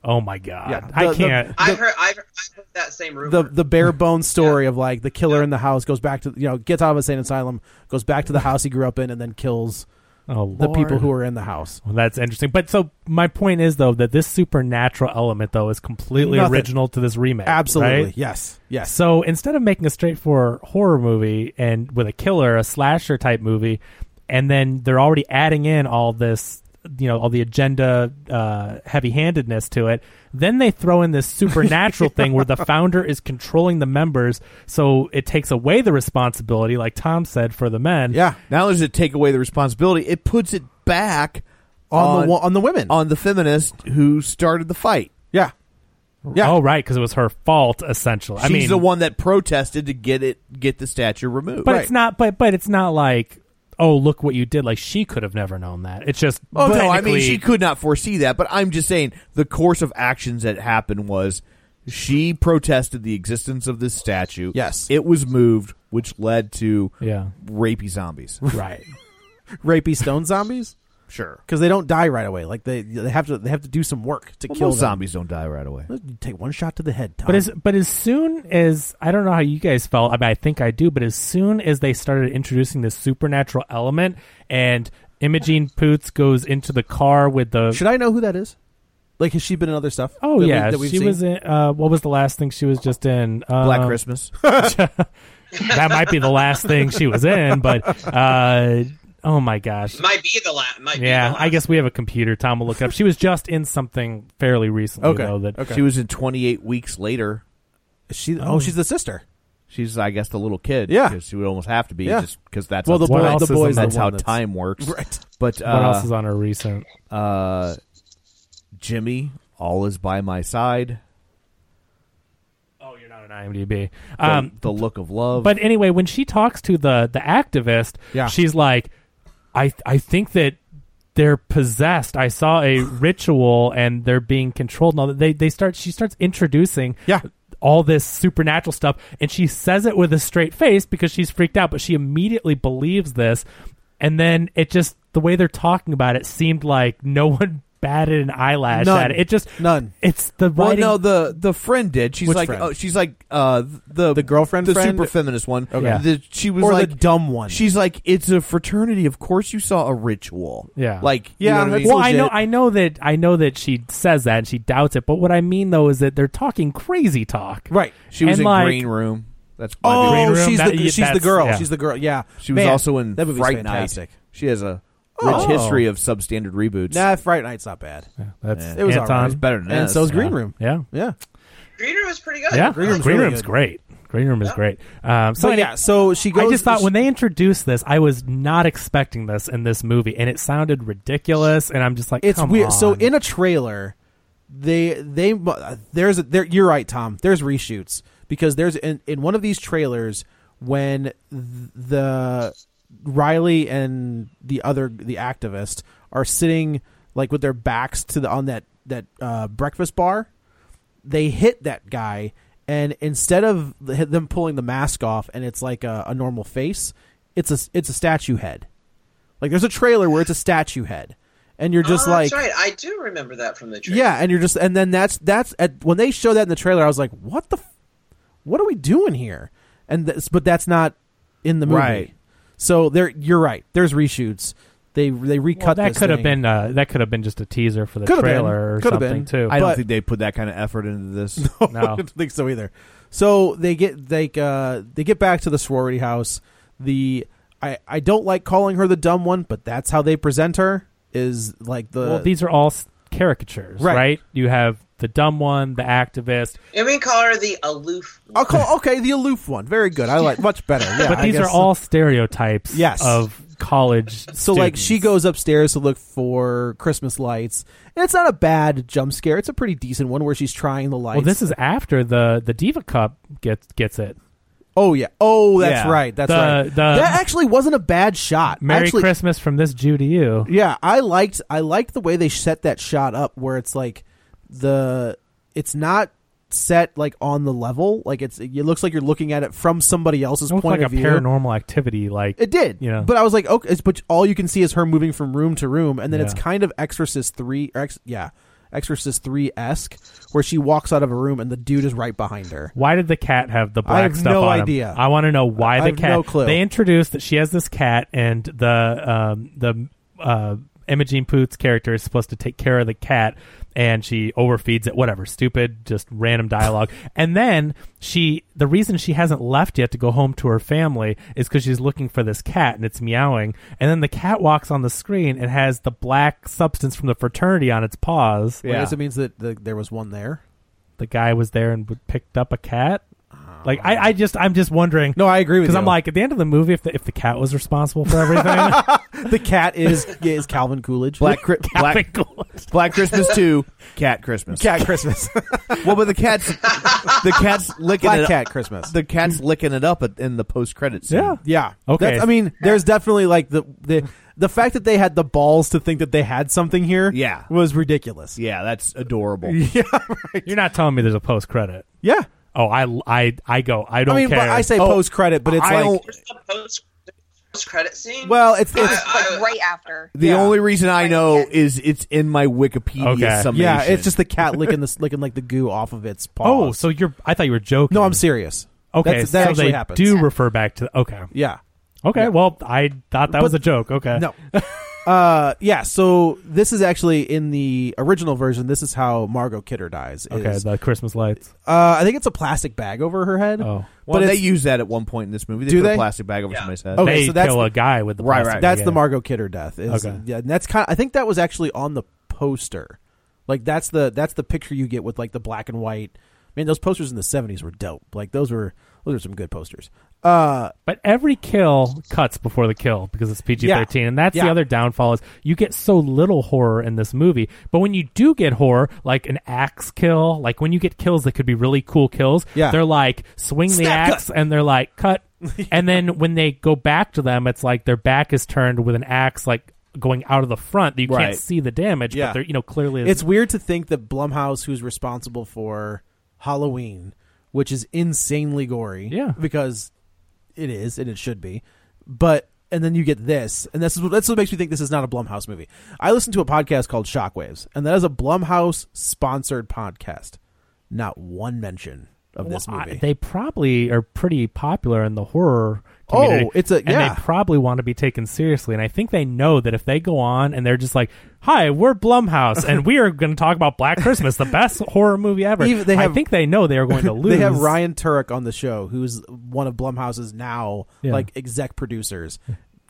Oh my god, Yeah. The- I the- can't. I've heard, I've, I've heard that same rumor. the the bare bones story of like the killer in the house goes back to you know gets out of insane asylum, goes back to the house he grew up in, and then kills Oh, the people Lord. who are in the house. Well, that's interesting. But so my point is though that this supernatural element though is completely Nothing. original to this remake. Absolutely. right? Yes. Yes. So instead of making a straightforward horror movie and with a killer, a slasher type movie, and then they're already adding in all this, you know, all the agenda uh, heavy handedness to it, then they throw in this supernatural thing where the founder is controlling the members, so it takes away the responsibility, like Tom said, for the men. Yeah. Not only does it take away the responsibility, it puts it back On the on wo- on the women, on the feminist who started the fight. Yeah. Yeah. Oh, right, because it was her fault, essentially. I She's mean, the one that protested to get it get the statue removed. but it's not. But but it's not like. Oh, look what you did! Like she could have never known that. It's just. Oh no, I mean technically- she could not foresee that, but I'm just saying the course of actions that happened was she protested the existence of this statue. Yes. It was moved, which led to Yeah. rapey zombies. Right. rapey stone zombies. Sure. because they don't die right away. Like they they have to they have to do some work to Well, kill most them. zombies don't die right away. You take one shot to the head. Tom. But as but as soon as I don't know how you guys felt, I mean I think I do, but as soon as they started introducing this supernatural element and Imogene Poots goes into the car with the should I know who that is? Like has she been in other stuff? Oh that we- yeah, that we've she seen? was in uh, what was the last thing she was just in? Uh, Black Christmas. that might be the last thing she was in, but uh, oh my gosh. might be the last. Might yeah, be the I guess we have a computer. Tom will look up. She was just in something fairly recently, Okay, though. That okay. She was in 28 weeks later. She oh, she's the sister. She's I guess the little kid. Yeah. 'cause she would almost have to be Yeah. just because that's Well, how the boy- time- the What else boy's is on that's the how one that's- time works. Right. But uh, what else is on her recent? Uh, Jimmy, all is by my side. Oh, you're not an IMDb. The, Um, the look of love. But anyway, when she talks to the the activist, Yeah. she's like, "I I think that they're possessed. I saw a ritual and they're being controlled." Now they they start. She starts introducing yeah. all this supernatural stuff, and she says it with a straight face because she's freaked out. But she immediately believes this, and then it just the way they're talking about it seemed like no one batted an eyelash None. at it. It just none. It's the Well, writing. no, the the friend did. She's Which like, friend? oh, she's like uh, the the girlfriend, the friend? super feminist one. Okay. The- she was Or the like dumb one. She's like, it's a fraternity. Of course, you saw a ritual. Yeah. like you know what I mean? well, I know, I know that, I know that she says that and she doubts it. But what I mean though is that they're talking crazy talk. Right. She was And, in like- Green Room. That's Oh, green room. she's That- the yeah, she's the that's- girl. yeah. She's the girl. Yeah, She was Man, also in that movie's Fright fantastic. Night. She has a rich Oh. history of substandard reboots. Nah, Fright Night's not bad. that's- it was Anton. alright. It's better than And this. so is Green Yeah. Room. Yeah. yeah. Green Room is pretty good. yeah, Green Green Room's Room's, really good. great. Green Room is great. Um, so But any- yeah, so she I goes- just thought she- when they introduced this, I was not expecting this in this movie, and it sounded ridiculous. And I'm just like, it's come weird. on. So in a trailer, they they uh, there's a, there. You're right, Tom. There's reshoots because there's in, in one of these trailers when th- the Riley and the other the activist are sitting like with their backs to the on that that uh, breakfast bar. They hit that guy, and instead of the- them pulling the mask off, and it's like a, a normal face, it's a it's a statue head. Like there's a trailer where it's a statue head, and you're just oh, like, that's right. I do remember that from the trailer. yeah, and you're just, and then that's that's at, when they show that in the trailer, I was like, what the, f- what are we doing here? And this, but that's not in the movie. Right. So there, you're right. There's reshoots. They they Well, recut that this could have thing. been uh, that could have been just a teaser for the Could have been. trailer or Could have something been. too. I don't But- think they put that kind of effort into this. no, I don't think so either. So they get they uh, they get back to the sorority house. The I I don't like calling her the dumb one, but that's how they present her. Is like the well, these are all s- caricatures, Right. right. You have the dumb one, the activist, And we call her the aloof. I'll call okay the aloof one. Very good. I like much better. Yeah, but I these are guess- all stereotypes. Yes. of college. So like she goes upstairs to look for Christmas lights, and it's not a bad jump scare. It's a pretty decent one where she's trying the lights. Well, this is after the the diva cup gets gets it. oh yeah, oh that's Yeah. right, that's The- right. the- that actually wasn't a bad shot. Merry Actually- Christmas from this Jew to you. Yeah, I liked I liked the way they set that shot up where it's like the it's not set like on the level like it's it looks like you're looking at it from somebody else's It looked point like of a view. paranormal activity. Like It did, You know, But I was like, okay, it's- but all you can see is her moving from room to room, and then it's Yeah. kind of Exorcist three, or ex, yeah, Exorcist three esque, where she walks out of a room and the dude is right behind her. Why did the cat have the black have stuff no on him? idea. I want to know why I the have cat. no clue. They introduced that she has this cat, and the um, the uh, Imogene Poots character is supposed to take care of the cat, and she overfeeds it. Whatever, stupid, just random dialogue. and then she, the reason she hasn't left yet to go home to her family is because she's looking for this cat, and it's meowing. And then the cat walks on the screen and has the black substance from the fraternity on its paws. Well, I guess it means that the, there was one there. Oh. the guy was there and would- picked up a cat. Like I, I just I'm just wondering. No, I agree with because you. I'm like at the end of the movie, if the, if the cat was responsible for everything, The cat is is Calvin Coolidge. Black Chri- Black, Black Christmas two, Cat Christmas, Cat Christmas. well, but the cats, the cats licking Black it Cat up. Christmas. The cats licking it up at, in the post credits. Yeah. Yeah. Okay. That's- I mean, there's definitely like the the the fact that they had the balls to think that they had something here. Yeah. was ridiculous. Yeah, that's adorable. Yeah, you're not telling me there's a post credit. Yeah. Oh, I I I go. I don't I mean, care. Oh, but I say post credit, but it's I like There's the post credit scene. Well, it's- I- it's- I- Like right after. The only reason I know is it's in my Wikipedia summation. Yeah, it's just the cat licking the licking like the goo off of its paw. Oh, so you're? I thought you were joking. No, I'm serious. Okay, That's- that so actually they happens. do refer back to. Okay, Yeah. okay. Well, I thought that was a But- joke. Okay, No. uh, yeah. So this is actually in the original version. This is how Margot Kidder dies. is- okay. The Christmas lights. uh, I think it's a plastic bag over her head. Oh. Well, they it's- use that at one point in this movie. They Do put they? a plastic bag over somebody's head. Okay, They so that's kill the- a guy with the Right, plastic right. That's bag, the yeah. Margot Kidder death. Is, Okay. Yeah, and that's kind. Of, I think that was actually on the poster. Like that's the that's the picture you get with like the black and white. Man, those posters in the seventies were dope. Like those were those are some good posters. Uh, but every kill cuts before the kill because it's PG thirteen, Yeah. and that's Yeah. the other downfall is you get so little horror in this movie. But when you do get horror, like an axe kill, like when you get kills that could be really cool kills, Yeah. they're like swing the Snap axe and they're like cut, and then when they go back to them, it's like their back is turned with an axe like going out of the front that you Right. can't see the damage, Yeah. but they're you know clearly it's weird to think that Blumhouse, who's responsible for Halloween, which is insanely gory, yeah, because it is and it should be, but and then you get this, and this is what, that's what makes me think this is not a Blumhouse movie. I listened to a podcast called Shockwaves, and that is a Blumhouse sponsored podcast. Not one mention of this Well, I- movie. they probably are pretty popular in the horror community. Oh, it's a- and yeah. they probably want to be taken seriously. And I think they know that if they go on and they're just like, "Hi, we're Blumhouse, and we are going to talk about Black Christmas, the best horror movie ever," Even- they I have- think they know they are going to lose. They have Ryan Turek on the show, who's one of Blumhouse's now Yeah. like exec producers.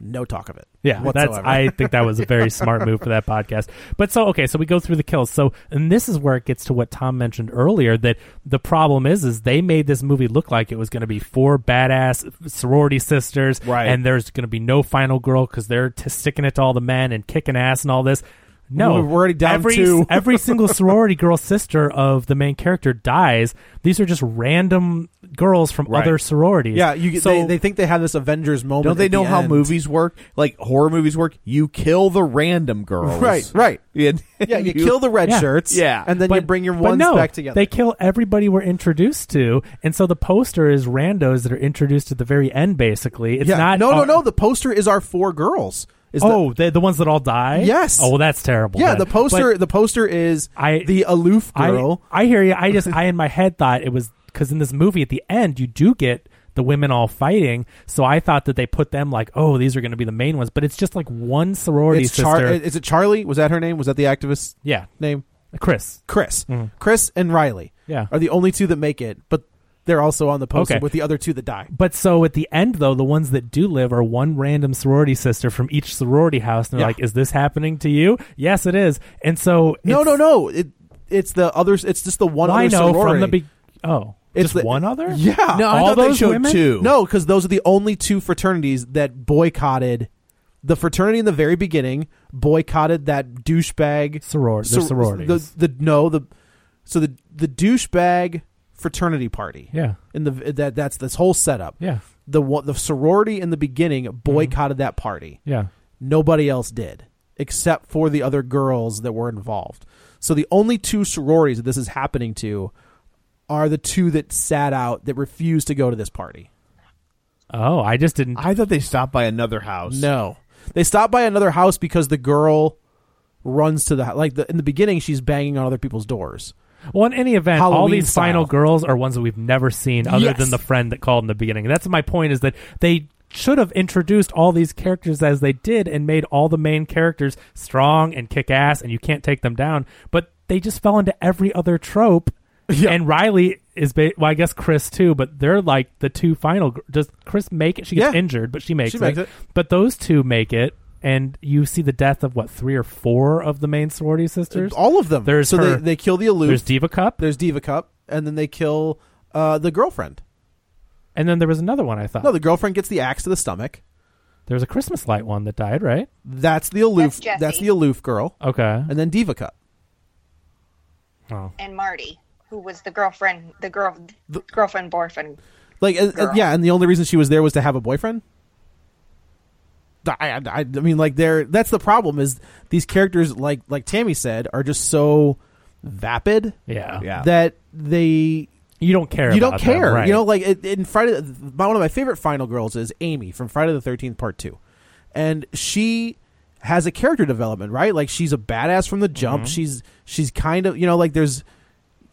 No talk of it. Yeah, whatsoever. that's. I think that was a very smart move for that podcast. But so okay, so we go through the kills. So and this is where it gets to what Tom mentioned earlier that the problem is is they made this movie look like it was going to be four badass sorority sisters, right? And there's going to be no final girl because they're t- sticking it to all the men and kicking ass and all this. No, We're already down every, two. every single sorority girl sister of the main character dies. These are just random girls from Right. other sororities. Yeah, you, get- so they, they think they have this Avengers moment. Don't they at know the how end. movies work? Like horror movies work. You kill the random girls. Right, right. And- Yeah, you kill the red Yeah. shirts. Yeah. and then you bring your But ones no, back together. they kill everybody we're introduced to, and so the poster is randos that are introduced at the very end. Basically, it's Yeah. not. No, no, no. The poster is our four girls. Is the- oh, the, the ones that all die. Yes. Oh, well, that's terrible. yeah, then. the poster. But the poster is I the aloof girl. I, I hear you. I just I in my head thought it was because in this movie at the end you do get the women all fighting, so I thought that they put them like, oh, these are going to be the main ones, but it's just like one sorority it's sister. Char- is it Charlie? Was that her name? Was that the activist? Yeah. name Chris. Chris. Mm. Chris and Riley. Mm-hmm. Yeah. are the only two that make it, but they're also on the poster Okay. with the other two that die. But so at the end, though, the ones that do live are one random sorority sister from each sorority house. And they're Yeah. like, is this happening to you? Yes, it is. And so. No, it's- no, no. It, it's the others. It's just the one. Well, I other know sorority. from the be- Oh. It's just the- one other? Yeah. No, I All thought they those showed women? two. No, because those are the only two fraternities that boycotted. The fraternity in the very beginning boycotted that douchebag Soror- the sor- sororities. The, the no the so the the douchebag fraternity party. Yeah. In the that that's this whole setup. Yeah. Mm-hmm. The one- the sorority in the beginning boycotted that party. Yeah. Nobody else did, except for the other girls that were involved. So the only two sororities that this is happening to are the two that sat out that refused to go to this party. Oh, I just didn't. I thought they stopped by another house. No, they stopped by another house because the girl runs to the hou- like the, in the beginning she's banging on other people's doors. Well, in any event, all Halloween these style. final girls are ones that we've never seen other Yes. than the friend that called in the beginning. And that's my point is that they should have introduced all these characters as they did and made all the main characters strong and kick ass and you can't take them down. But they just fell into every other trope. And Riley is, ba- well, I guess Chris too, but they're like the two final. gr- Does Chris make it? She gets Yeah. injured, but she makes, She it. makes it. But those two make it. And you see the death of what three or four of the main sorority sisters? All of them. There's so they her. they kill the aloof. There's Diva Cup. There's Diva Cup, and then they kill uh, the girlfriend. And then there was another one I thought. No, the girlfriend gets the axe to the stomach. There was a Christmas light one that died, right? That's the aloof. That's, the aloof girl. Okay. And then Diva Cup. Oh. and Marty, who was the girlfriend, the girl, girlfriend, boyfriend. Like, uh, uh, Girl. yeah, and the only reason she was there was to have a boyfriend. I, I, I mean, like, they're that's the problem is these characters, like, like Tammy said, are just so vapid. Yeah. Yeah. That they You don't care. you about don't them, care. right. You know, like it- in Friday, my, one of my favorite final girls is Amy from Friday the Thirteenth Part Two, and she has a character development, right? Like she's a badass from the jump. Mhm. Mm-hmm. She's she's kind of you know like there's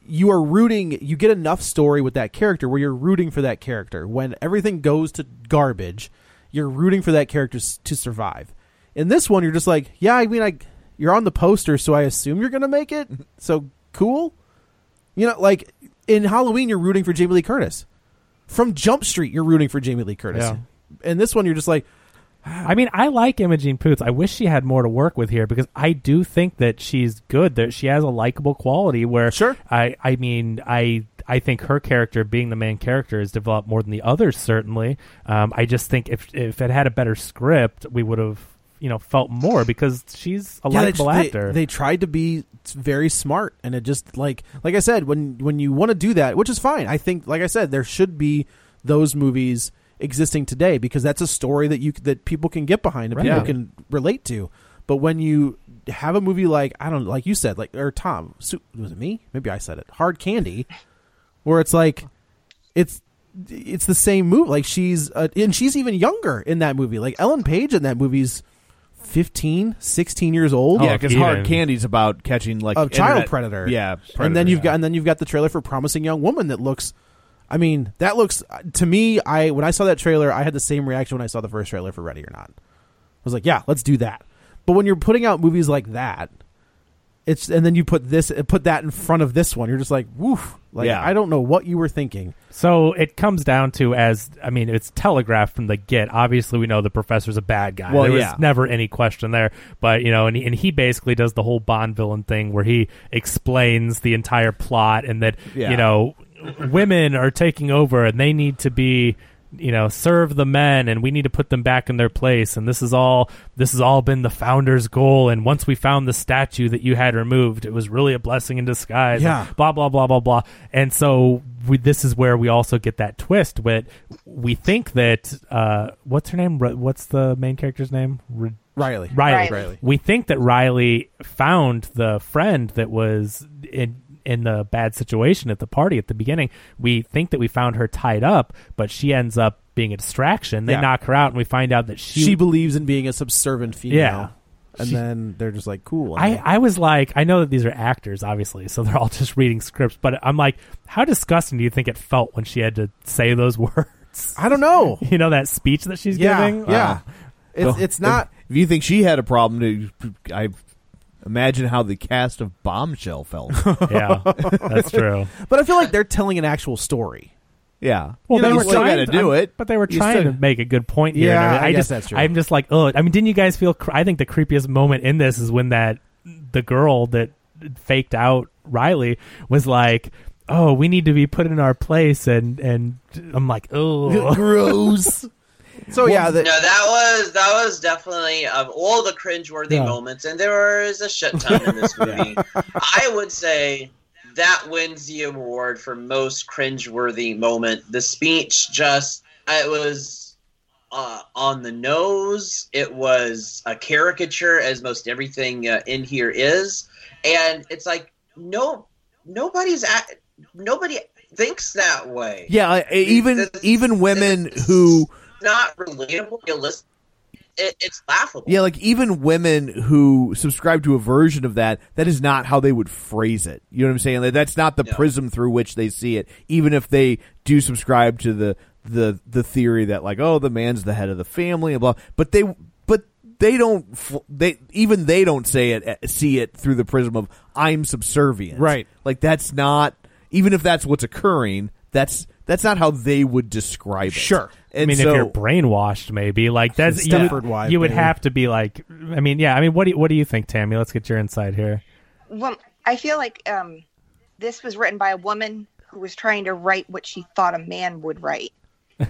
you are rooting. You get enough story with that character where you're rooting for that character. When everything goes to garbage, you're rooting for that character s- to survive. In this one, you're just like, yeah, I mean, I you're on the poster, so I assume you're gonna make it. So cool. You know, like in Halloween, you're rooting for Jamie Lee Curtis. From Jump Street, you're rooting for Jamie Lee Curtis. Yeah. And this one, you're just like, I mean, I like Imogene Poots. I wish she had more to work with here because I do think that she's good. That she has a likable quality. Where sure, I, I mean, I, I think her character, being the main character, is developed more than the others. Certainly, um, I just think if if it had a better script, we would have, you know, felt more because she's a yeah, they- likable they, actor. They tried to be very smart, and it just like, like I said, when when you want to do that, which is fine. I think, like I said, there should be those movies existing today because that's a story that you c- that people can get behind and Right. people Yeah. can relate to. But when you have a movie like I don't know, like you said, like or Tom, Su- was it me? Maybe I said it. Hard Candy, where it's like, it's it's the same movie. Like she's uh, and she's even younger in that movie. Like Ellen Page in that movie's 15, 16 years old. Oh, yeah, because Hard Candy's about catching like a child internet- predator. Yeah, and then predator, you've got and then you've got the trailer for Promising Young Woman that looks. I mean, that looks to me. I when I saw that trailer, I had the same reaction when I saw the first trailer for Ready or Not. I was like, yeah, let's do that. But when you're putting out movies like that, it's and then you put this put that in front of this one, you're just like, woof. Like Yeah. I don't know what you were thinking. So it comes down to as I mean, it's telegraphed from the get. Obviously, we know the professor's a bad guy. Well, there yeah. was never any question there. But you know, and he, and he basically does the whole Bond villain thing where he explains the entire plot and that Yeah. you know women are taking over and they need to be you know serve the men and we need to put them back in their place and this is all this has all been the founder's goal and once we found the statue that you had removed it was really a blessing in disguise Yeah. blah blah blah blah blah and so we, this is where we also get that twist but we think that uh, what's her name Ri- what's the main character's name Ri- Riley. Riley. Riley. we think that Riley found the friend that was in in the bad situation at the party at the beginning we think that we found her tied up but she ends up being a distraction they Yeah. knock her out and we find out that she She, believes in being a subservient female. Yeah. And She- then they're just like, cool. I, I was like, I know that these are actors, obviously, so they're all just reading scripts, but I'm like, how disgusting do you think it felt when she had to say those words? I don't know. you know, that speech that she's Yeah, giving? yeah. Wow. It's, Well, it's not. If you think she had a problem, I imagine how the cast of Bombshell felt. yeah, that's true. But I feel like they're telling an actual story. Yeah. Well, You they know, were you still trying gotta do I'm- it. but they were You trying still- to make a good point here. and Yeah, everything. I I, guess just, that's true. I'm just like, oh, I mean, didn't you guys feel? Cr- I think the creepiest moment in this is when that the girl that faked out Riley was like. Oh, we need to be put in our place, and and I'm like, oh, Gross. So yeah, the, no, that was that was definitely of all the cringeworthy Yeah. moments, and there was a shit ton in this movie. I would say that wins the award for most cringeworthy moment. The speech just it was uh, on the nose. It was a caricature, as most everything uh, in here is, and it's like no nobody's at nobody thinks that way. Yeah, I- even even women who not relatable, realistic. It, it's laughable. yeah, like even women who subscribe to a version of that, that is not how they would phrase it. You know what I'm saying? Like, that's not the prism through which they see it. Even if they do subscribe to the the the theory that like, oh, the man's the head of the family and blah, but they but they don't fl- they even they don't say it eh, see it through the prism of I'm subservient. Right. Like that's not even if that's what's occurring, that's that's not how they would describe it. Sure. I mean, if you're brainwashed, maybe like that's you, Stepford wife, you would baby. have to be like, I mean, yeah, I mean, what do you, what do you think, Tammy? Let's get your insight here. Well, I feel like um, this was written by a woman who was trying to write what she thought a man would write.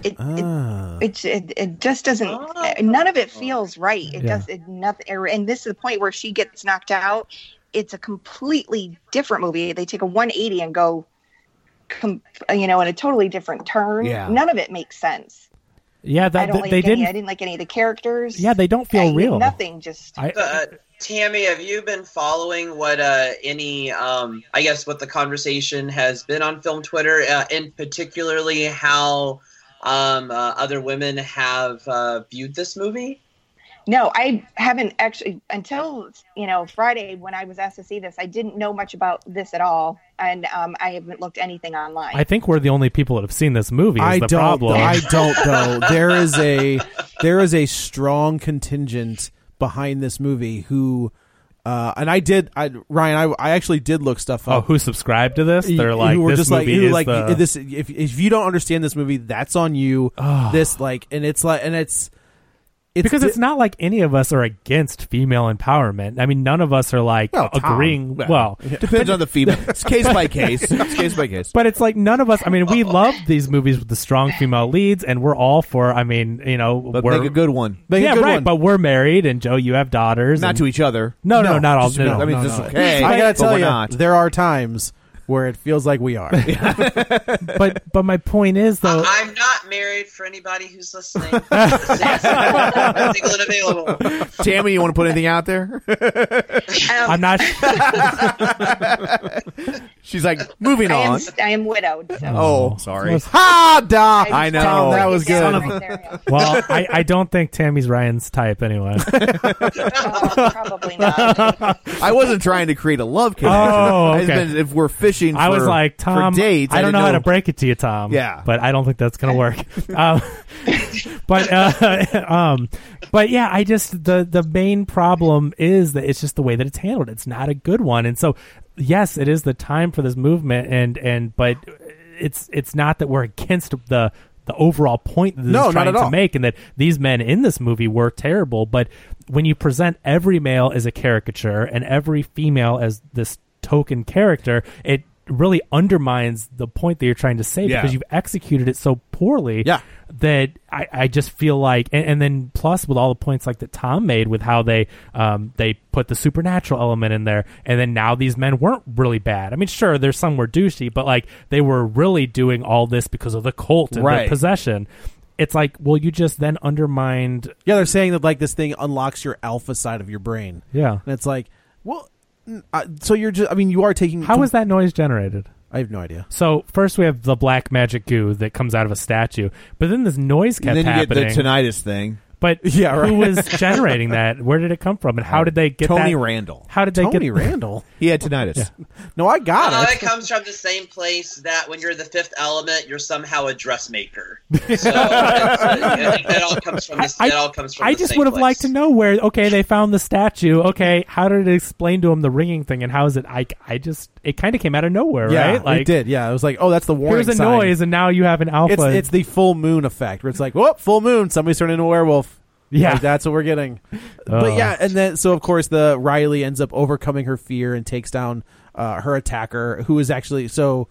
It Ah. it, it, it just doesn't. None of it feels right. It Yeah. does it, nothing. And this is the point where she gets knocked out. It's a completely different movie. They take a 180 and go, com, you know, in a totally different turn. Yeah. None of it makes sense. Yeah, I that, don't they, like they any. didn't. I didn't like any of the characters. yeah, they don't feel I- real. Nothing. Just I- uh, Tammy, have you been following what uh, any, um, I guess, what the conversation has been on film Twitter, uh, and particularly how um, uh, other women have uh, viewed this movie? No, I haven't actually until you know Friday when I was asked to see this. I didn't know much about this at all, and um, I haven't looked anything online. I think we're the only people that have seen this movie. Is I the don't. problem. I don't though. There is a there is a strong contingent behind this movie who, uh, and I did. I Ryan, I, I actually did look stuff Oh, up. who subscribed to this? You- They're like, who were this just like, movie who is like the- this. If if you don't understand this movie, that's on you. This like, and it's like, and it's. It's because di- it's not like any of us are against female empowerment. I mean, none of us are like Well, Tom. agreeing. Well, Well, yeah. Depends on the female. It's case by case. It's case by case. But it's like none of us. I mean, we love these movies with the strong female leads, and we're all for. I mean, you know, but we're, make a good one. Make a yeah, good right. one. But we're married, and Joe, you have daughters. Not and- to each other. No, no, No, not all. just- no, no, I mean, no, this is no. okay, I gotta but tell we're you, not. there are times where it feels like we are. but but my point is though, I'm not married for anybody who's listening. Single and available. Tammy, you want to put anything out there? I'm not. She's like, moving I am, on. I am widowed. So. Oh, sorry. Ha da! I know Tom, that was good. well, I, I don't think Tammy's Ryan's type anyway. probably not. I wasn't trying to create a love connection. Oh, It's okay. been- if we're fishing, I was for- like, for Tom, dates, I don't didn't know, how to break it to you, Tom. Yeah. but I don't think that's gonna work. um, but uh, um, but yeah, I just the the main problem is that it's just the way that it's handled. It's not a good one, and so yes, it is the time for this movement, and and but it's it's not that we're against the. The overall point that this No, is not trying at to all. make, and that these men in this movie were terrible, but when you present every male as a caricature and every female as this token character, it really undermines the point that you're trying to say Yeah. because you've executed it so poorly Yeah. that I, I just feel like and, and then plus with all the points like that Tom made with how they um, they put the supernatural element in there and then now these men weren't really bad. I mean sure there's some were douchey but like they were really doing all this because of the cult and Right. the possession. It's like well you just then undermined Yeah, they're saying that like this thing unlocks your alpha side of your brain. Yeah. and it's like, well, n- uh, so you're just. I mean, you are taking. How was that noise generated? I have no idea. So first we have the black magic goo that comes out of a statue, but then this noise kept And then you happening. get the tinnitus thing. But Yeah, right. who was generating that? Where did it come from? And how did they get Tony that- Randall. How did they Tony get Randall? He had tinnitus. No, I got Uh, it. it comes from the same place that when you're the fifth element, you're somehow a dressmaker. So uh, I think that all comes from this. I, that all comes from. I the just same would have place. liked to know where. Okay, they found the statue. Okay, how did it explain to him the ringing thing, and how is it? I, I just it kind of came out of nowhere, yeah, right? Like it did. Yeah, it was like, oh, that's the warning. here's a sign. noise, and now you have an alpha. It's it's the full moon effect where it's like, whoop, full moon, somebody's turning into a werewolf. Yeah. Like, that's what we're getting. Uh. But yeah, and then so of course the Riley ends up overcoming her fear and takes down uh, her attacker, who is actually so,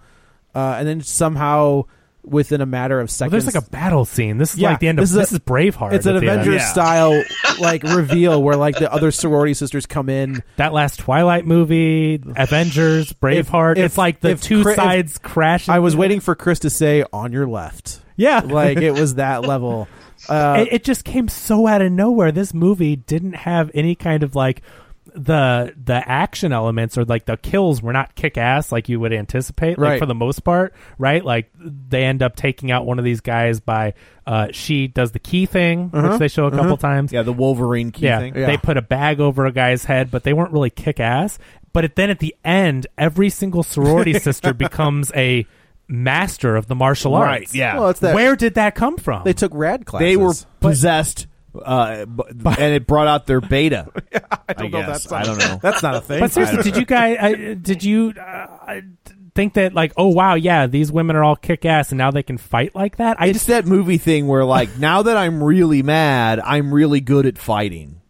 uh, and then somehow within a matter of Well, seconds, there's like a battle scene. This is like the end of this is, a- Braveheart. It's an at the end. Avengers style like reveal where like the other sorority sisters come in. That last Twilight movie, Avengers, Braveheart. if- it's like the if two Chri- if- sides crashing. I was waiting for Chris to say on your left. Yeah. like it was that level. Uh, it, it just came so out of nowhere. This movie didn't have any kind of like the the action elements or like the kills were not kick ass like you would anticipate like Right. for the most part right like they end up taking out one of these guys by uh she does the key thing Uh-huh, which they show a couple uh-huh. times Yeah, the Wolverine key yeah, thing. they put a bag over a guy's head but they weren't really kick ass but it, then at the end every single sorority sister becomes a master of the martial Right, arts yeah. Well, it's that- where did that come from they took rad classes. They were possessed, uh, b- and it brought out their beta. I don't know if guess. that's I a- don't know. That's not a thing. But seriously, did you guys? I, did you uh, I think that like, oh wow, yeah, these women are all kick ass, and now they can fight like that? I it's just that movie thing where like now that I'm really mad, I'm really good at fighting.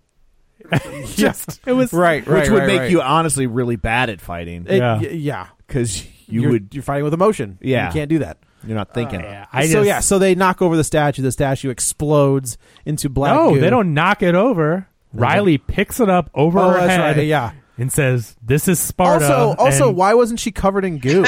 just it was right, right, which would right, make right. you honestly really bad at fighting It- Yeah. y- yeah. because you you're, would you're fighting with emotion. Yeah. you can't do that. you're not thinking. I so just- yeah, so they knock over the statue. The statue explodes into black. no, goo. Oh, they don't knock it over. Riley picks it up over Oh, her that's head, right, yeah. and says, "This is Sparta." Also, also, and why wasn't she covered in goo?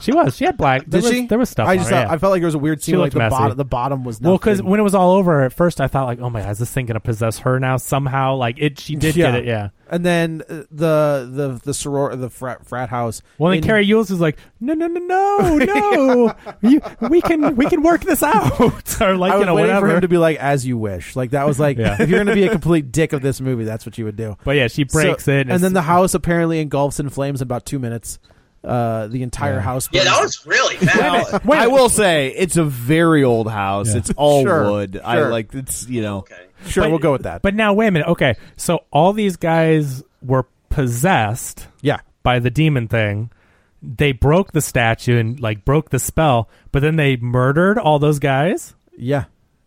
she was she had black. There Did was, she? There was stuff. I on just her, thought, yeah. I felt like there was a weird She scene. Like looked the messy. bottom, the bottom was nothing. Well, because when it was all over, at first I thought like, "Oh my god, is this thing going to possess her now somehow?" Like it, she did get it, yeah. And then uh, the the the soror the frat, frat house. Well, then in- Carrie Yules is like, "No, no, no, no, no, you, we can we can work this out," or like I was you know waiting whatever. for him to be like, "As you wish." Like that was like, Yeah. if you're going to be a complete dick of this movie, that's what you would do. But yeah, she breaks So- it, and, then the house apparently engulfs in flames in about two minutes. Uh, the entire house. Yeah, that burns. was really bad. I will say it's a very old house. It's all Sure, wood. I sure. like it's you know. sure. But- we'll go with that. But now wait a minute. Okay, so all these guys were possessed yeah, by the demon thing. They broke the statue and like broke the spell, but then they murdered all those guys. yeah.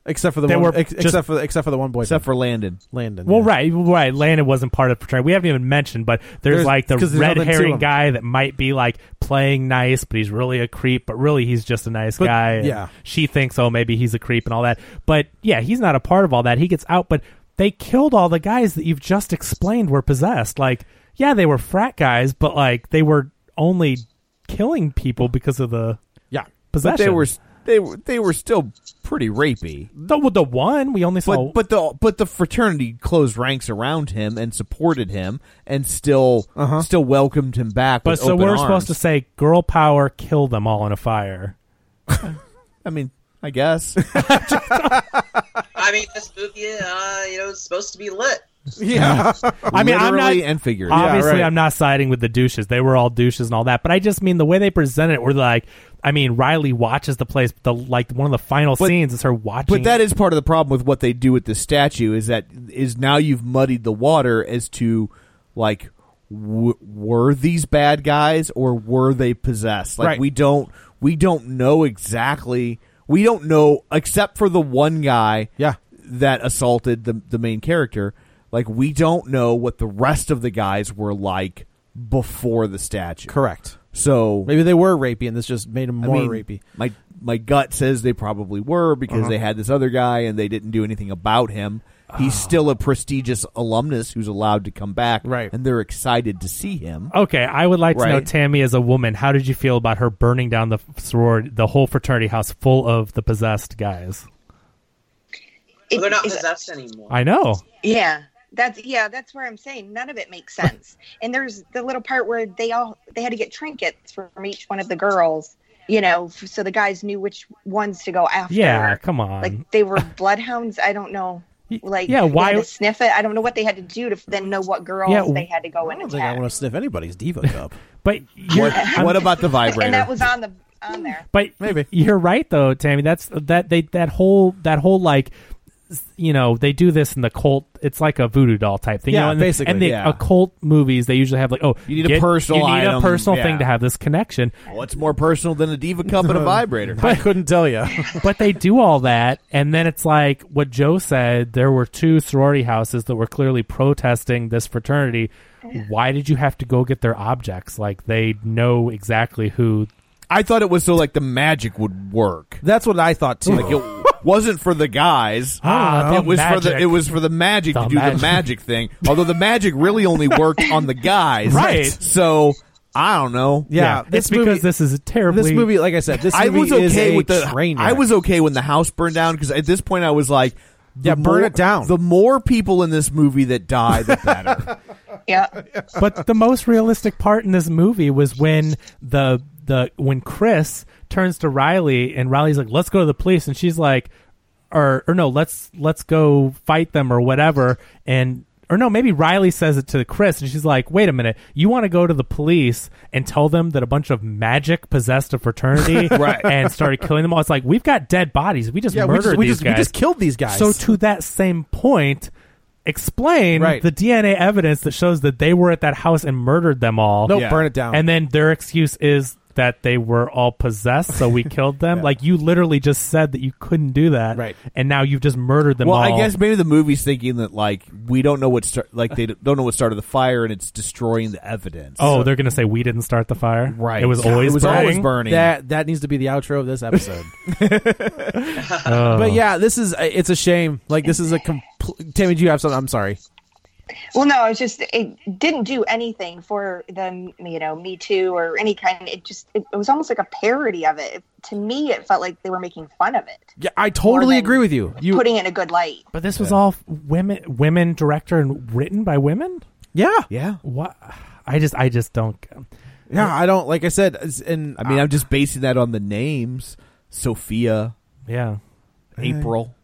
Except for the They one, were ex- just- except for except for the one boy, Except for Landon, Landon. Well, yeah. right, right. Landon wasn't part of the portrayal. We haven't even mentioned, but there's, There's- like the 'cause there's red nothing to herring him. guy that might be like playing nice, but he's really a creep. But really, he's just a nice guy. and yeah. she thinks, oh, maybe he's a creep and all that. But yeah, he's not a part of all that. He gets out, but they killed all the guys that you've just explained were possessed. Like, yeah, they were frat guys, but like they were only killing people because of the Yeah. possession. but they were they were they were still pretty rapey. The the one we only saw, but, but the but the fraternity closed ranks around him and supported him and still still welcomed him back. Uh-huh. But with so open we're arms. supposed to say, "Girl power, kill them all in a fire." I mean, I guess. I mean, this movie, uh, you know, it's supposed to be lit. I mean, I'm not Literally and figuratively. Obviously, Yeah, right. I'm not siding with the douches. They were all douches and all that. But I just mean the way they presented it. Were like, I mean, Riley watches the place. But the like one of the final scenes is her watching. But that is part of the problem with what they do with the statue is that is now you've muddied the water as to like w- were these bad guys or were they possessed? Like Right. we don't we don't know exactly. We don't know except for the one guy yeah. that assaulted the the main character. Like we don't know what the rest of the guys were like before the statue. Correct. So Maybe they were rapey, and this just made them more I mean, rapey. My my gut says they probably were because Uh-huh. they had this other guy and they didn't do anything about him. He's still a prestigious alumnus who's allowed to come back, right? And they're excited to see him. Oh, okay. I would like to know Right. Tammy as a woman. How did you feel about her burning down the sorority, the whole fraternity house full of the possessed guys? Well, they're not possessed anymore. I know. Yeah, that's yeah, that's where I'm saying none of it makes sense. and there's the little part where they all they had to get trinkets from each one of the girls, you know, f- so the guys knew which ones to go after. Yeah, come on. like they were bloodhounds. I don't know. Like yeah, they had why- to sniff it? I don't know what they had to do to f- then know what girls Yeah, they had to go and I don't think I attack. want to sniff anybody's diva cup. but what, what about the And vibrator? that was on the on there. But maybe you're right though, Tammy. That's that they that whole that whole like s- you know they do this in the cult. It's like a voodoo doll type thing. you Yeah, know, and, basically, And the yeah. occult movies they usually have like oh You need a personal you need a item, personal thing yeah. Oh, to have this connection. What's more personal than a diva cup and a vibrator? I couldn't tell you. but they do all that, and then it's like what Joe said. There were two sorority houses that were clearly protesting this fraternity. Why did you have to go get their objects? Like they know exactly who. I thought it was so like the magic would work. That's what I thought too. Like it wasn't for the guys. Ah, it the was for the magic. it was for the magic The to do magic. the magic thing. Although the magic really only worked on the guys. Right. So I don't know. Yeah, Yeah, this it's because movie- this is a terribly- This movie, like I said, this I movie was is okay a with the train I wreck. was okay when the house burned down because at this point I was like, the Yeah, burn it down. The more people in this movie that die, the better. Yeah. but the most realistic part in this movie was when the the when Chris turns to Riley and Riley's like, "Let's go to the police," and she's like, "Or or no, let's let's go fight them or whatever." And or no, maybe Riley says it to Chris, and she's like, "Wait a minute, you want to go to the police and tell them that a bunch of magic possessed a fraternity Right. and started killing them all?" It's like we've got dead bodies. We just Yeah, we murdered just- we these just- we guys. just killed these guys. So to that same point, explain Right. the DNA evidence that shows that they were at that house and murdered them all. Nope, Yeah. burn it down. And then their excuse is that they were all possessed, so we killed them. Like you literally just said that you couldn't do that, right? And now you've just murdered them well, all. I guess maybe the movie's thinking that like we don't know what start, like they don't know what started the fire and it's destroying the evidence. Oh, they're gonna say we didn't start the fire. Right. It was Yeah, always it was burning. always burning. That that needs to be the outro of this episode. Oh. But yeah, this is uh, it's a shame. Like this is a complete. Tammy, do you have something? I'm sorry. Well, no, it was just it didn't do anything for the you know Me Too or any kind. It just it, it was almost like a parody of it. To me, it felt like they were making fun of it, Yeah, I totally agree with you. You putting it in a good light. But this was all women, women director, and written by women. Yeah, yeah. What? I just, I just don't. Yeah, I don't. Like I said, it's- and I mean, I'm just basing that on the names Sophia, Yeah. April.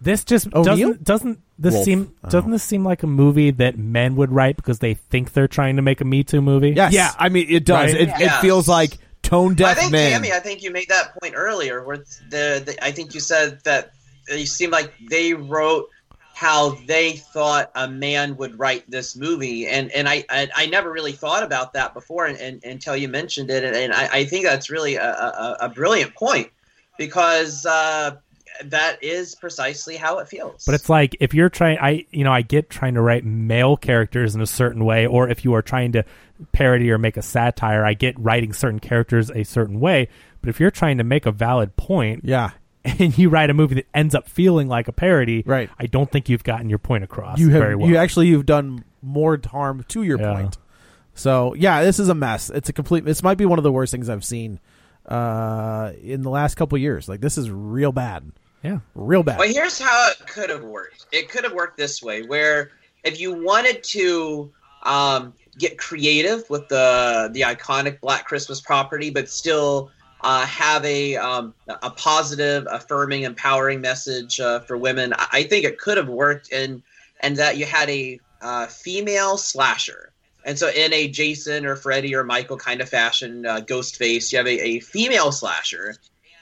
This just uh, O'Neill? doesn't doesn't this Wolf. seem doesn't this seem like a movie that men would write because they think they're trying to make a Me Too movie? Uh-huh. Yeah, I mean, it does. Right? It, Yeah. it feels like tone I deaf think, men. Tammy, I think you made that point earlier where the, the I think you said that you seemed like they wrote how they thought a man would write this movie, and and I I, I never really thought about that before, and, and until you mentioned it, and, and I, I think that's really a, a, a brilliant point because uh, that is precisely how it feels. But it's like if you're trying, I you know I get trying to write male characters in a certain way, or if you are trying to parody or make a satire, I get writing certain characters a certain way. But if you're trying to make a valid point, yeah, and you write a movie that ends up feeling like a parody, right? I don't think you've gotten your point across you have very well. you actually you've done more harm to your Yeah. point. So yeah, this is a mess. It's a complete. This might be one of the worst things I've seen uh, in the last couple years. Like this is real bad. Yeah, real bad. Well, here's how it could have worked. It could have worked this way, where if you wanted to um, get creative with the the iconic Black Christmas property, but still uh, have a um, a positive, affirming, empowering message uh, for women, I, I think it could have worked. And and that you had a uh, female slasher. And so, in a Jason or Freddy or Michael kind of fashion, uh, ghost face, you have a, a female slasher.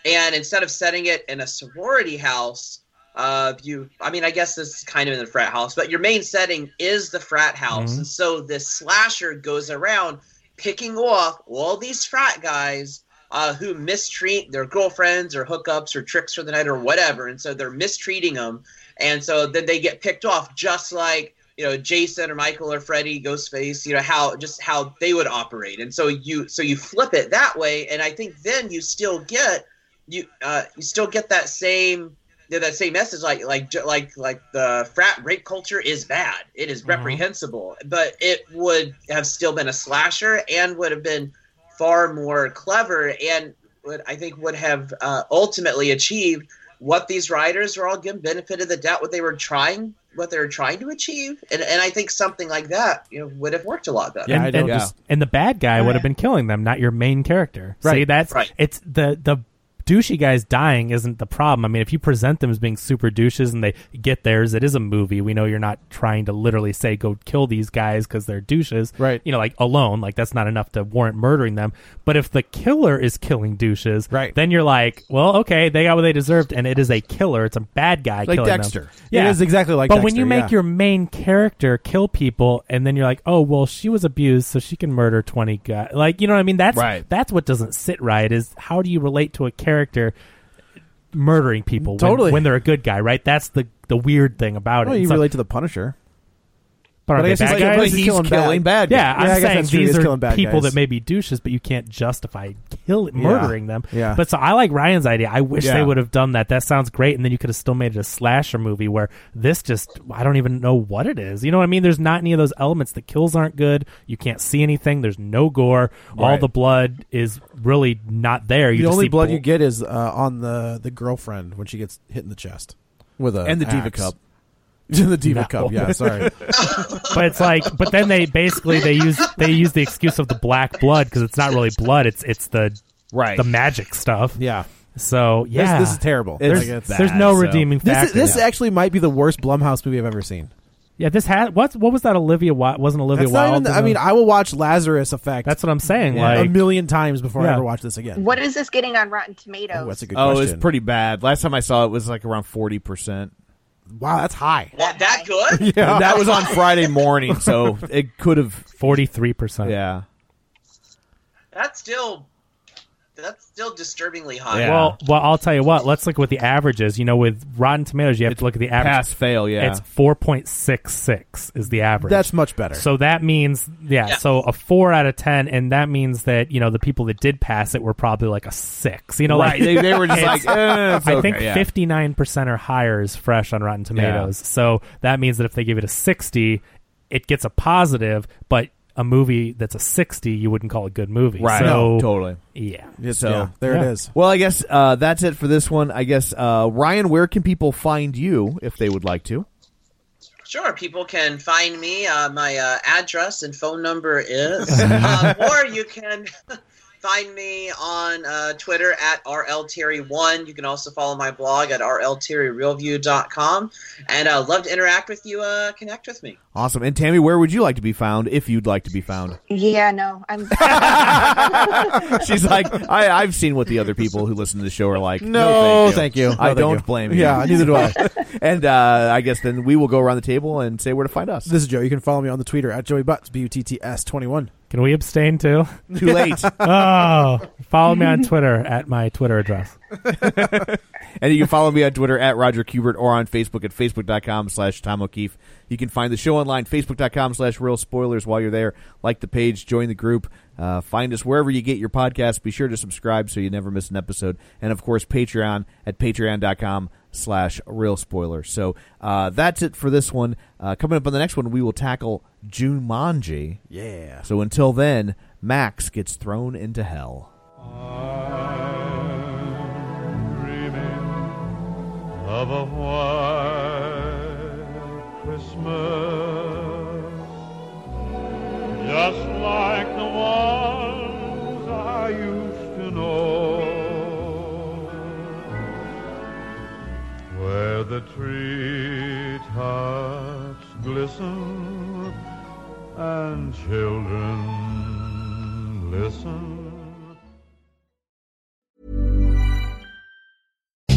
And instead of setting it in a sorority house, uh, you, I mean, I guess this is kind of in the frat house, but your main setting is the frat house. Mhm. And so, this slasher goes around picking off all these frat guys uh, who mistreat their girlfriends or hookups or tricks for the night or whatever. And so, they're mistreating them. And so, then they get picked off just like you know Jason or Michael or Freddy Ghostface, you know how just how they would operate, and so you so you flip it that way, and I think then you still get you uh, you still get that same you know, that same message like like ju- like like the frat rape culture is bad, it Mm-hmm. is reprehensible, but it would have still been a slasher and would have been far more clever and would I think would have uh, ultimately achieved what these writers were all given benefit of the doubt what they were trying what they were trying to achieve and and I think something like that you know would have worked a lot better. and, and, and the bad guy would have been killing them, not your main character. See, Right. that's Right. it's the the douchey guys dying isn't the problem. I mean, if you present them as being super douches and they get theirs, it is a movie. We know you're not trying to literally say go kill these guys because they're douches, right? You know, like alone, like that's not enough to warrant murdering them. But if the killer is killing douches, right? Then you're like, well, okay, they got what they deserved, and it is a killer. It's a bad guy Like killing them. Dexter. It is exactly like But when Dexter, you make yeah. your main character kill people, and then you're like, oh well, she was abused, so she can murder twenty guys. Like you know what I mean? That's Right. That's what doesn't sit right. Is how do you relate to a character murdering people when- Totally. when, they're a good guy? Right. That's the the weird thing about Well, it. you It's like, relate to the Punisher. but are I they guess bad he's- guys? but he's He's killing bad- killing bad guys. Yeah, I'm Yeah, I guess saying that's true. these He's are killing bad people guys. that may be douches, but you can't justify kill Yeah. murdering them. Yeah. But so I like Ryan's idea. I wish Yeah. they would have done that. That sounds great, and then you could have still made it a slasher movie where this just I don't even know what it is. You know what I mean? There's not any of those elements. The kills aren't good. You can't see anything. There's no gore. All Right. the blood is really not there. You the just only see blood bull- you get is uh, on the the girlfriend when she gets hit in the chest with a And the diva axe. cup. the diva No. cup. Yeah, sorry. but it's like, but then they basically they use they use the excuse of the black blood because it's not really blood. It's it's the Right. the magic stuff. Yeah. So This- yeah, this, is terrible. There's, Like, it's there's bad, no so- redeeming This factor. is- This, actually might be the worst Blumhouse movie I've ever seen. yeah, this had what what was that Olivia Wilde wasn't Olivia That's not Wilde? even the- I in mean, the- I will watch Lazarus Effect. That's what I'm saying, a like- million times before I Yeah. ever watch this again. What is this getting on Rotten Tomatoes? that's a good oh, question. it's pretty bad. Last time I saw it was like around forty percent. wow, that's high. That, that good? that was on Friday morning, so it could have forty three percent. Yeah, That's still that's still disturbingly high. Well, well, I'll tell you what. Let's look at what the average is. You know, with Rotten Tomatoes, you have to look at the average. pass, fail, yeah. it's four point six six is the average. That's much better. So that means, yeah, So a four out of ten, and that means that you know the people that did pass it were probably like a six. You know, Right. like They- they were just it's- like, eh, it's I okay, think yeah. fifty nine percent or higher is fresh on Rotten Tomatoes. So that means that if they give it a sixty, it gets a positive, but. A movie that's a sixty, you wouldn't call a good movie, Right. So, No, totally. yeah. So Yeah. Well, I guess uh, that's it for this one. I guess uh, Ryan, where can people find you if they would like to? Sure, people can find me. Uh, my uh, address and phone number is, um, or you can find me on uh, Twitter at rlterry1. You can also follow my blog at rlterryrealview.com. And uh, love to interact with you. Uh, connect with me. Awesome. And Tammy, where would you like to be found if you'd like to be found? Yeah, no, I'm. She's like, I, I've seen what the other people who listen to the show are like. No, thank you. No, I thank don't you." blame you. Yeah, neither do I. and uh, I guess then we will go around the table and say where to find us. This is Joe. You can follow me on the Twitter at Joey Butts, B U T T S 21. Can we abstain too? Too late. oh, follow me on Twitter at my Twitter address. And you can follow me on Twitter at Roger Kubert or on Facebook at Facebook.com slash Tom O'Keefe. You can find the show online, Facebook.com slash Real Spoilers while you're there. Like the page, join the group, uh, find us wherever you get your podcast. Be sure to subscribe so you never miss an episode. And of course, Patreon at Patreon.com slash Real Spoilers. So uh, that's it for this one. Uh, coming up on the next one, we will tackle Jumanji. Yeah. So until then, Max gets thrown into hell. I of a white Christmas, just like the ones I used to know, where the treetops glisten and children listen.